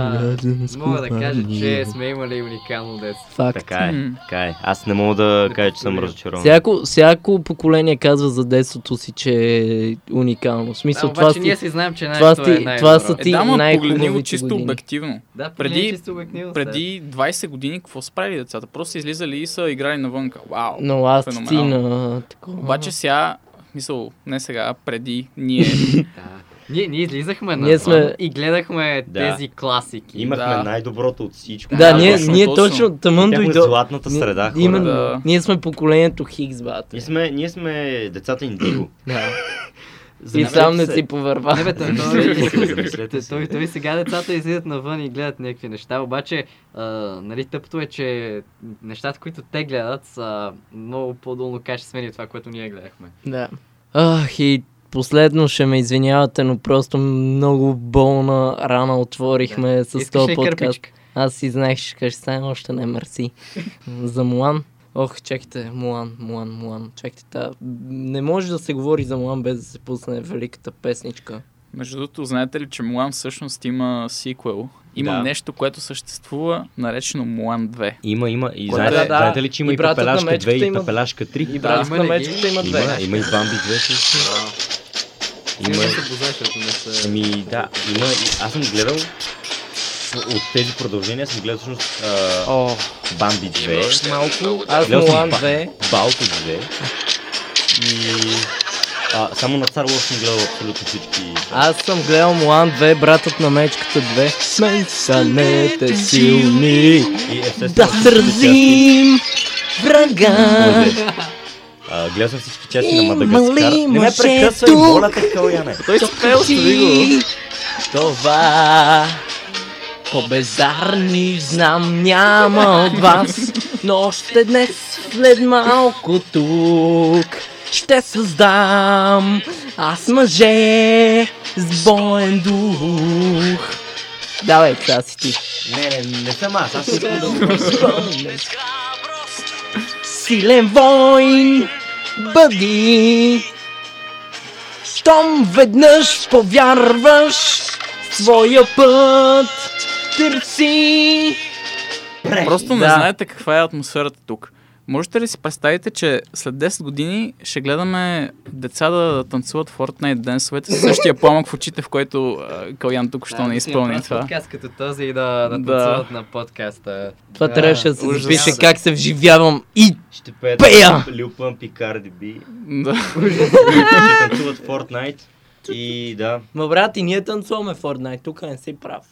Speaker 4: мога да кажа, че сме имали уникално детство.
Speaker 3: Факт.
Speaker 2: Така е,
Speaker 5: М.
Speaker 2: така е. Аз не мога да кажа, че съм разочарован.
Speaker 3: Всяко, всяко поколение казва за детството си, че е уникално. В
Speaker 4: Да,
Speaker 3: смисъл, това
Speaker 4: обаче
Speaker 3: си...
Speaker 4: ние си знаем, че
Speaker 3: това
Speaker 4: нашето е
Speaker 3: си-
Speaker 4: най-добро.
Speaker 3: това са
Speaker 5: Е,
Speaker 3: Ти
Speaker 5: да, ма погледни го
Speaker 3: най-хубавите
Speaker 5: чисто
Speaker 3: години.
Speaker 5: обективно.
Speaker 4: Да,
Speaker 5: преди-
Speaker 4: преди, чисто обективно.
Speaker 5: Преди 20 години какво са правили децата? Просто са излизали и са играли навънка. Вау!
Speaker 3: Но аз ти
Speaker 5: феноменално.
Speaker 3: на такова.
Speaker 5: Обаче сега, мисъл, не сега, а преди ние.
Speaker 4: Да. Ние, ние излизахме на
Speaker 3: Ние
Speaker 4: това
Speaker 3: сме-
Speaker 4: и гледахме
Speaker 2: Да.
Speaker 4: тези класики.
Speaker 2: Имахме
Speaker 5: Да.
Speaker 2: най-доброто от всичко.
Speaker 3: Да,
Speaker 5: Да,
Speaker 3: ние,
Speaker 5: точно,
Speaker 3: ние
Speaker 5: точно.
Speaker 3: точно тъмън
Speaker 2: Бяхме
Speaker 3: дойдо.
Speaker 2: златната
Speaker 3: Ние-
Speaker 2: среда, хора.
Speaker 3: Именно.
Speaker 5: Да.
Speaker 3: Ние сме поколението Хигс, брат.
Speaker 2: Ние сме, ние сме децата индиго.
Speaker 3: Да. И сам не
Speaker 2: е-
Speaker 3: си повърва.
Speaker 4: Не бе, той,
Speaker 2: Замислете се,
Speaker 4: той,
Speaker 2: замислете
Speaker 4: той,
Speaker 2: се.
Speaker 4: той, той сега децата излизат навън и гледат някакви неща, обаче а, нали, тъпто е, че нещата, които те гледат са много по-долно качествени от това, което ние гледахме.
Speaker 3: Да. Ах, и последно ще ме извинявате, но просто много болна рана отворихме с
Speaker 4: Искаш
Speaker 3: този
Speaker 4: ли
Speaker 3: подкаст.
Speaker 4: кърпичка?
Speaker 3: Аз си знаех, че ще стане още не, мерси. за Мулан. Ох, чакайте, Мулан, Мулан, Мулан. Чакайте, та. Не може да се говори за Мулан без да се пусне великата песничка.
Speaker 5: Между другото, знаете ли, че Мулан всъщност има сиквел? Има
Speaker 2: Да.
Speaker 5: нещо, което съществува, наречено Мулан 2.
Speaker 2: Има, има. И
Speaker 5: Кой-
Speaker 2: знаете,
Speaker 3: Да, да.
Speaker 2: знаете ли, че има
Speaker 3: И
Speaker 2: и,
Speaker 3: братът на
Speaker 2: папелашка 2
Speaker 3: мечката
Speaker 2: и
Speaker 3: има-
Speaker 2: папелашка 3?
Speaker 3: И
Speaker 4: Да,
Speaker 2: И...
Speaker 3: брат
Speaker 4: има
Speaker 3: на
Speaker 4: ли
Speaker 3: мечката
Speaker 4: ги?
Speaker 3: има две.
Speaker 2: Има, има и Бамби 2 също. Има,
Speaker 4: Сигурно се познаеш, ако не са...
Speaker 2: ами да, има. и- Аз съм гледал от тези продължения съм гледал всъщност а,
Speaker 3: О,
Speaker 2: Бамби 2,
Speaker 3: малко. Аз
Speaker 2: Гледал съм
Speaker 3: Мулан
Speaker 2: Ба-
Speaker 3: 2.
Speaker 2: Балто 2 и... А, само на Цар Лъв съм гледал абсолютно всички.
Speaker 3: Аз съм гледал Мулан 2, братът на мечката 2. Смесанете е силни,
Speaker 2: И естествено...
Speaker 3: да
Speaker 2: всички части. е.
Speaker 3: сразим врага.
Speaker 2: Може. А, гледал съм всички части
Speaker 3: Е,
Speaker 2: на Мадагаскар. Не ме прекъсвай, е моля те, Каляне.
Speaker 5: Той спел, остави го.
Speaker 3: Това по-безарни знам няма от вас, но още днес след малко тук ще създам аз мъже с боен дух. Давай, сега си ти.
Speaker 2: Не, не, не съм аз. Аз искам да...
Speaker 3: Силен войн, бъди. Щом веднъж повярваш в своя път, търси.
Speaker 5: Просто не
Speaker 3: Да.
Speaker 5: знаете каква е атмосферата тук. Можете ли си представите, че след 10 години ще гледаме деца да танцуват Fortnite денсовете с същия пламък в очите, в който а, Калян тук що не изпълни това?
Speaker 4: Подкаст като този и да, да,
Speaker 5: Да.
Speaker 4: танцуват на подкаста.
Speaker 3: Това трябваше да се
Speaker 5: ужас.
Speaker 3: запише как се вживявам и
Speaker 2: Ще пеят
Speaker 3: Пея!
Speaker 2: Лил Пъмп и Карди Би.
Speaker 5: Да.
Speaker 2: Ще танцуват Fortnite. И да,
Speaker 3: Ма брат, и ние танцуваме Fortnite, тук не си прав.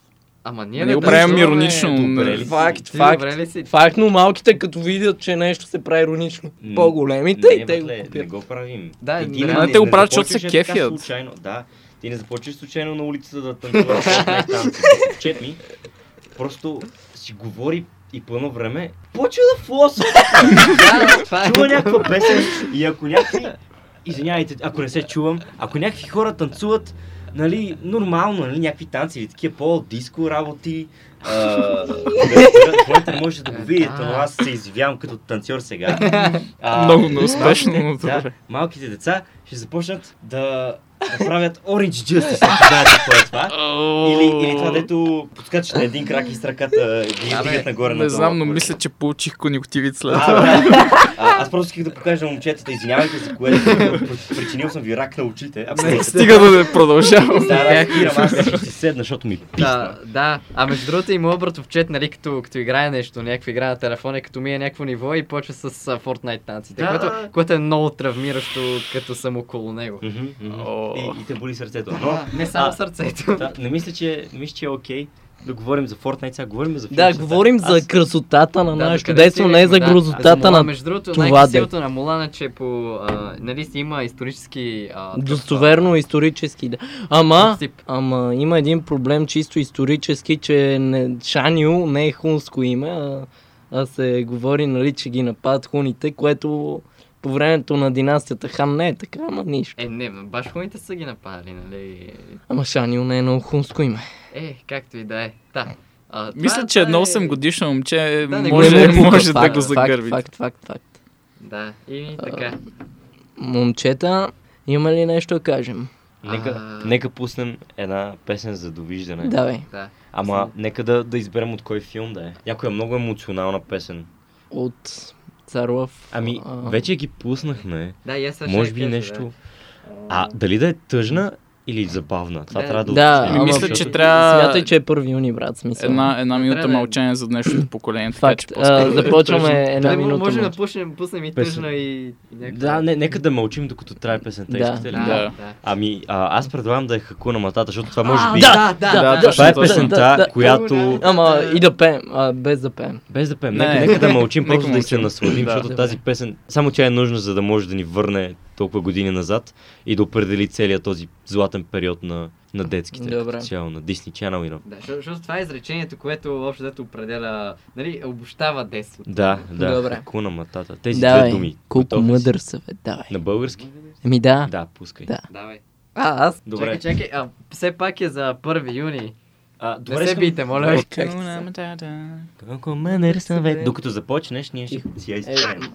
Speaker 4: Ама ние
Speaker 5: Ние
Speaker 4: не
Speaker 5: го правим
Speaker 4: танцуваме.
Speaker 5: иронично.
Speaker 2: добре ли?
Speaker 5: нали?
Speaker 3: Факт,
Speaker 4: Ти
Speaker 3: факт.
Speaker 4: добре ли си?
Speaker 3: Факт, но малките като видят, че нещо се прави иронично.
Speaker 2: М,
Speaker 4: Ами
Speaker 3: По-големите
Speaker 2: не,
Speaker 3: и те го
Speaker 2: братле, Не
Speaker 3: купят.
Speaker 2: го правим.
Speaker 4: Да,
Speaker 2: И ти
Speaker 4: не,
Speaker 2: не,
Speaker 4: не,
Speaker 2: не,
Speaker 5: те го правят, защото
Speaker 2: започваш
Speaker 5: се
Speaker 2: е така
Speaker 5: кефят.
Speaker 2: Случайно, да. Ти не започваш случайно на улицата да танцуваш Fortnite танци. Чет ми, просто си говори и по едно време почва да флосва.
Speaker 4: Да, това е.
Speaker 2: чува някаква песен и ако някакви... Извинявайте, ако не се чувам, ако някакви хора танцуват, нали, нормално, нали, някакви танци или такива по-диско работи, а, хората може да го видят, но аз се извивявам като танцор сега. А,
Speaker 5: Много неуспешно,
Speaker 2: малките-
Speaker 5: но
Speaker 2: Да,
Speaker 5: добре.
Speaker 2: малките деца ще започнат да, да правят Orange Justice, ако знаете какво е това. Или, или това, дето подскачаш на един крак и с ръката ги
Speaker 4: Абе,
Speaker 2: издигат нагоре
Speaker 5: Не
Speaker 2: надолу.
Speaker 5: знам, но мисля, че получих конюктивит след това.
Speaker 2: А, да. А, аз просто исках да покажа на момчетата, извинявайте за което, пр- причинил съм ви рак на очите. Ако не
Speaker 5: Стига да не
Speaker 2: Да,
Speaker 5: продължавам.
Speaker 2: да, спирам, аз сега ще си седна, защото ми писна.
Speaker 4: Да, да. А между другото и моят брат овчет, нали, като, като играе нещо, някаква игра на телефона, като ми е някакво ниво и почва с а, Fortnite танците,
Speaker 2: Да, да,
Speaker 4: което,
Speaker 2: да.
Speaker 4: което е много травмиращо, като съм около него.
Speaker 2: Мгм, мгм.
Speaker 5: О.
Speaker 2: И, и те боли сърцето. Но,
Speaker 4: Не само
Speaker 2: А.
Speaker 4: сърцето.
Speaker 2: да, не мисля, че, не мисля, че е окей да говорим за Fortnite, сега говорим за
Speaker 3: Да,
Speaker 2: филмчета.
Speaker 3: говорим
Speaker 2: Аз-
Speaker 3: за красотата на
Speaker 4: Да,
Speaker 3: нашето
Speaker 4: докъде
Speaker 3: детство, не е за
Speaker 4: стигнахме, да. А за
Speaker 3: грозотата
Speaker 4: Мулан,
Speaker 3: на
Speaker 4: Между другото,
Speaker 3: това
Speaker 4: най-красивото на Молана, е, че по... А, нали си има исторически... А, такъв,
Speaker 3: достоверно исторически. Да. Ама,
Speaker 4: Принцип.
Speaker 3: ама има един проблем чисто исторически, че не, Шанил не е хунско име, а, а се говори, нали, че ги нападат хуните, което по времето на династията Хан не е така, ама нищо.
Speaker 4: а, Е, не, баш хуните са ги нападали, нали?
Speaker 3: Ама Шанил не е много хунско име.
Speaker 4: Е, както и да е. Да. А, това-
Speaker 5: Мисля, че
Speaker 4: това
Speaker 5: едно
Speaker 4: е-
Speaker 5: 8 годишно момче
Speaker 4: Да, не го
Speaker 5: може,
Speaker 3: Не му пука,
Speaker 5: може да
Speaker 3: факт,
Speaker 5: го загърби.
Speaker 3: Факт, факт, факт, факт.
Speaker 4: Да, и така.
Speaker 3: Момчета, има ли нещо да кажем?
Speaker 2: Нека, нека пуснем една песен за довиждане.
Speaker 3: Давай.
Speaker 4: Да.
Speaker 2: Ама нека да, да изберем от кой филм да е. Някоя много емоционална песен.
Speaker 3: От Царлов.
Speaker 2: Ами,
Speaker 3: а,
Speaker 2: вече ги пуснахме.
Speaker 4: Да, и аз сега ще
Speaker 2: Може
Speaker 4: я
Speaker 2: би
Speaker 4: кажа,
Speaker 2: нещо. А дали да е тъжна или забавна? Това
Speaker 4: Да.
Speaker 2: трябва да
Speaker 3: Да,
Speaker 2: уточним,
Speaker 5: Ами
Speaker 3: Ама-
Speaker 5: мисля,
Speaker 2: защото-
Speaker 5: че трябва
Speaker 3: Смятай, че е 1 юни, брат, смисъл.
Speaker 5: една, една минута
Speaker 4: Трябва да е.
Speaker 5: мълчание за днешното поколение. Така,
Speaker 3: Факт.
Speaker 5: че
Speaker 3: А,
Speaker 5: по-скоро да е
Speaker 3: започваме
Speaker 5: тъжно.
Speaker 4: Да,
Speaker 3: една
Speaker 4: да мо-
Speaker 3: минута.
Speaker 4: може да
Speaker 3: мълчание.
Speaker 4: пуснем, пуснем и
Speaker 2: Песен.
Speaker 4: тъжна и... и някаква-
Speaker 2: Да, не, нека да мълчим докато трае песента.
Speaker 3: Да.
Speaker 2: Искате ли?
Speaker 4: Да,
Speaker 5: Да.
Speaker 4: да.
Speaker 2: Ами, а, аз предлагам да е хаку на матата, защото това може би.
Speaker 3: Да, да,
Speaker 5: да,
Speaker 3: да,
Speaker 5: точно
Speaker 2: Това е
Speaker 5: да,
Speaker 2: песента,
Speaker 3: да, да.
Speaker 2: която.
Speaker 3: Ама
Speaker 11: Е.
Speaker 3: и да пеем, а, без да пеем.
Speaker 2: Без да пеем.
Speaker 5: Не,
Speaker 2: Нека,
Speaker 5: не,
Speaker 2: нека да мълчим,
Speaker 5: нека
Speaker 2: просто да и се
Speaker 5: мълчим.
Speaker 2: насладим,
Speaker 5: Да.
Speaker 2: защото тази песен. Само тя е нужна, за да може да ни върне толкова години назад и да определи целият този златен период на, на детските.
Speaker 3: Добре.
Speaker 2: като Цяло, на Disney Channel и на.
Speaker 4: Да, защото- защото това е изречението, което общо дето определя, нали, обобщава детството.
Speaker 2: Да, да.
Speaker 3: Добре.
Speaker 2: Хаку на матата. Тези две
Speaker 3: Давай,
Speaker 2: думи.
Speaker 3: колко
Speaker 2: Готов ли си?
Speaker 3: мъдър съвет, давай.
Speaker 2: На български?
Speaker 3: Еми да.
Speaker 2: Да, пускай.
Speaker 3: Да.
Speaker 4: Давай.
Speaker 3: А, аз.
Speaker 2: Добре.
Speaker 4: Чакай, чакай, а все пак е за 1 юни.
Speaker 2: А,
Speaker 4: Не се бийте, моля ви.
Speaker 2: Колко мъдър съвет. Докато започнеш, ние ще си я изправим.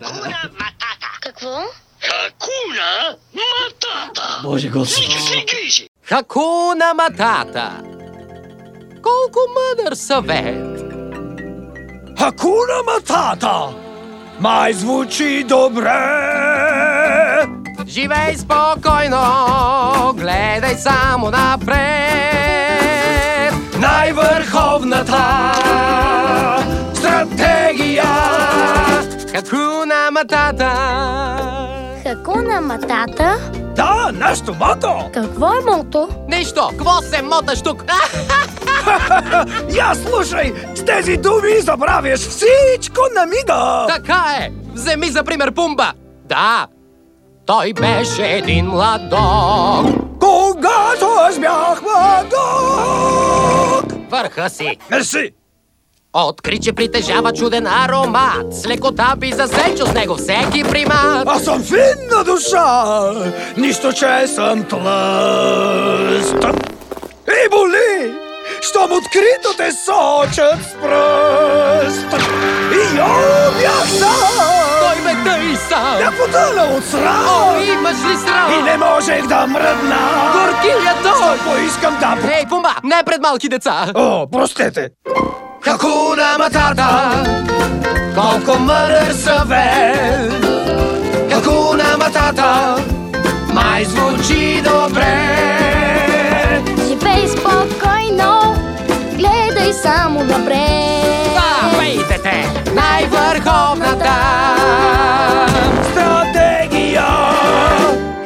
Speaker 8: Какво?
Speaker 12: Хакуна Матата.
Speaker 2: Боже господи.
Speaker 12: Се грижи.
Speaker 11: Хакуна Матата. Колко мъдър съвет.
Speaker 12: Хакуна Матата. Май звучи добре.
Speaker 11: Живей спокойно, гледай само напред.
Speaker 12: Най-върховната стратегия.
Speaker 11: Хакуна Матата.
Speaker 8: Хакуна Матата?
Speaker 12: Да, нашето мото.
Speaker 8: Какво е мото?
Speaker 11: Нищо, какво се моташ тук? А,
Speaker 12: Я слушай, с тези думи забравяш всичко на мига.
Speaker 11: така е. Вземи за пример Пумба. Да, Той беше един младок.
Speaker 13: Когато аз бях младок!
Speaker 11: Върха си.
Speaker 13: Мерси!
Speaker 11: Откри, че притежава чуден аромат. С лекота би засечил с него всеки примат.
Speaker 13: Аз съм финна душа, нищо, че съм тлъст. И боли, щом открито те сочат с пръст. И обях сам.
Speaker 11: Той ме тъй сам.
Speaker 13: Да потъна от срам.
Speaker 11: О, имаш ли срам?
Speaker 13: И не можех да мръдна.
Speaker 11: Горкия
Speaker 13: Що
Speaker 11: той.
Speaker 13: поискам да... п-
Speaker 11: Ей, бумба, не пред малки деца.
Speaker 13: О, простете.
Speaker 11: Хакуна Матата, колко мъдър съвет. Хакуна Матата, май звучи добре.
Speaker 8: Живей спокойно, гледай само напред.
Speaker 11: Това пейте, най-върховната.
Speaker 13: Стратегия.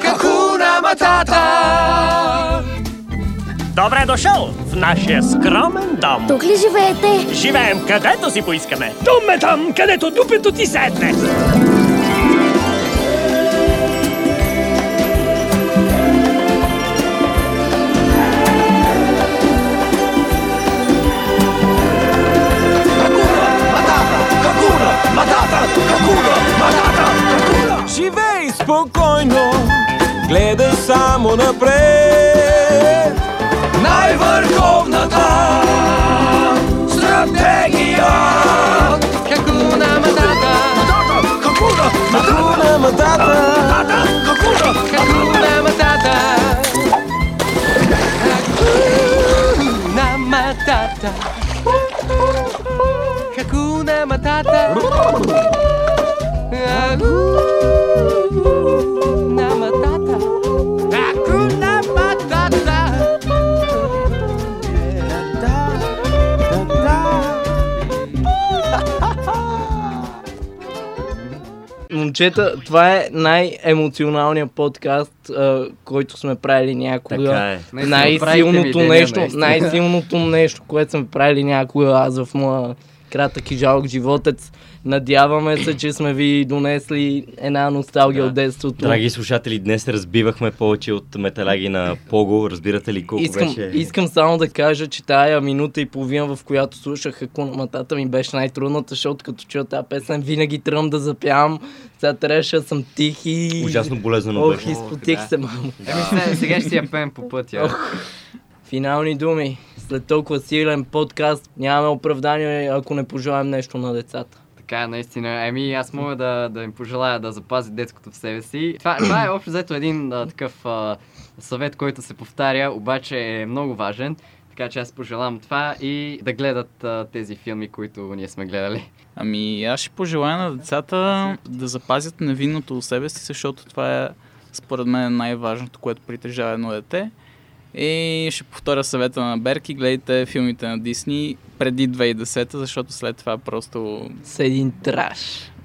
Speaker 11: Хакуна Матата.
Speaker 14: Добре дошъл в нашия скромен дом.
Speaker 8: Тук ли живеете?
Speaker 14: Живеем където си поискаме.
Speaker 13: Дом е там, където дупето ти седне.
Speaker 15: Живей спокойно, гледай само напред.
Speaker 13: Най-върховната стратегия.
Speaker 11: Хакуна Матата,
Speaker 13: Хакуна,
Speaker 15: Хакуна Матата,
Speaker 13: Матата, Хакуна.
Speaker 11: Хакуна Матата. Хакуна Матата. Хакуна Матата. Hakuna Matata. Hakuna Matata.
Speaker 3: Момчета, това е най-емоционалният подкаст, а, който сме правили някога.
Speaker 2: Така е.
Speaker 4: Наистина,
Speaker 3: Най-силното
Speaker 4: правите ми деня,
Speaker 3: нещо,
Speaker 4: наистина.
Speaker 3: най-силното нещо, което сме правили някога аз в моя кратък и жалък животец. Надяваме се, че сме ви донесли една носталгия
Speaker 2: Да.
Speaker 3: от детството.
Speaker 2: Драги слушатели, днес разбивахме повече от металаги на Пого. Разбирате ли колко
Speaker 3: Искам,
Speaker 2: беше?
Speaker 3: искам само да кажа, че тая минута и половина, в която слушах Акуна Матата ми беше най-трудната, защото като чуя тази песен, винаги тръм да запявам. Сега трябваше да съм тих и...
Speaker 2: Ужасно болезнено
Speaker 3: Ох,
Speaker 2: беше.
Speaker 3: изпотих
Speaker 4: Ох, да.
Speaker 3: се, мамо.
Speaker 4: Еми, сега, сега ще си я пеем по пътя.
Speaker 3: Финални думи. След толкова силен подкаст нямаме оправдание, ако не пожелаем нещо на децата.
Speaker 4: Така е, наистина. Еми, аз мога да, да им пожелая да запази детското в себе си. Това, това е общо взето един а, такъв а, съвет, който се повтаря, обаче е много важен. Така че аз пожелавам това и да гледат а, тези филми, които ние сме гледали.
Speaker 5: Ами аз ще пожелая на децата да запазят невинното у себе си, защото това е според мен най-важното, което притежава едно дете. И ще повторя съвета на Берки, гледайте филмите на Дисни преди 2010, защото след това просто,
Speaker 3: С един траш.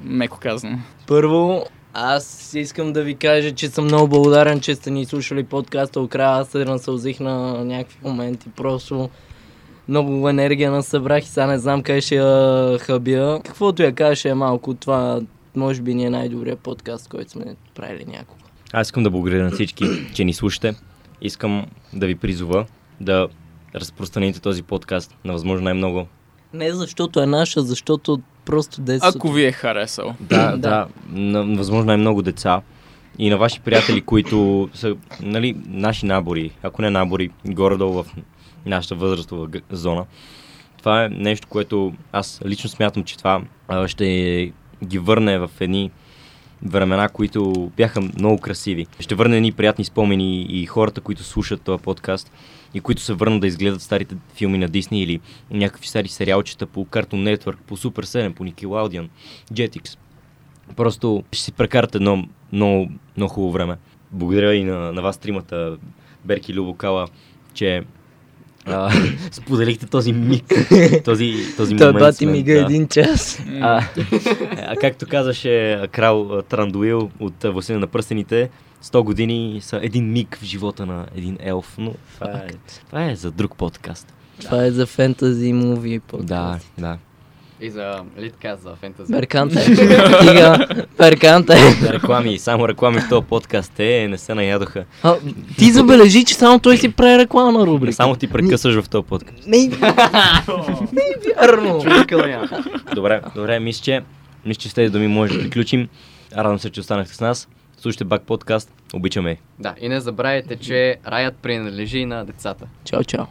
Speaker 5: меко казано.
Speaker 3: Първо, аз искам да ви кажа, че съм много благодарен, че сте ни слушали подкаста. Окрая аз се насълзих на някакви моменти. Просто много енергия насъбрах и сега не знам къде ще я хабя. Каквото я кажа ще е малко, това може би ни е най-добрият подкаст, който сме правили някога.
Speaker 2: Аз искам да благодаря на всички, че ни слушате. Искам да ви призова да разпространите този подкаст на възможно най-много.
Speaker 3: Не защото е наша, защото просто детството.
Speaker 5: Ако ви е харесал.
Speaker 2: Да, да, на на възможно най-много деца и на ваши приятели, които са нали, наши набори, ако не набори, горе-долу в нашата възрастова г- зона. Това е нещо, което аз лично смятам, че това а, ще ги върне в едни времена, които бяха много красиви. Ще върне едни приятни спомени и хората, които слушат този подкаст и които се върнат да изгледат старите филми на Дисни или някакви стари сериалчета по Cartoon Network, по Super 7, по Nickelodeon, Jetix. Просто ще си прекарате едно много, много хубаво време. Благодаря и на, на вас тримата, Берки Любо Кала, че а, споделихте този миг, този, този
Speaker 3: Той
Speaker 2: момент.
Speaker 3: бати
Speaker 2: с мен,
Speaker 3: ми га
Speaker 2: да.
Speaker 3: един час.
Speaker 2: А, а както казаше а, крал а, Трандуил от а, Властелина на пръстените, 100 години са един миг в живота на един елф, но това е, това е за друг подкаст.
Speaker 3: Това е за фентази муви подкаст.
Speaker 2: Да, да.
Speaker 4: И за Литкаст, за фентези.
Speaker 3: Берканта е. Стига, Берканта е.
Speaker 2: Реклами, само реклами в този подкаст. Те не се наядоха.
Speaker 3: А, ти забележи, че само той си прави рекламна рубрика.
Speaker 2: Само ти прекъсваш в този подкаст.
Speaker 3: Не, не е вярно.
Speaker 2: Добре, добре, мисля, че, мисля, че с тези думи може да приключим. Радвам се, че останахте с нас. Слушайте Бак подкаст. Обичаме.
Speaker 4: Да, и не забравяйте, че раят принадлежи на децата.
Speaker 3: Чао, чао.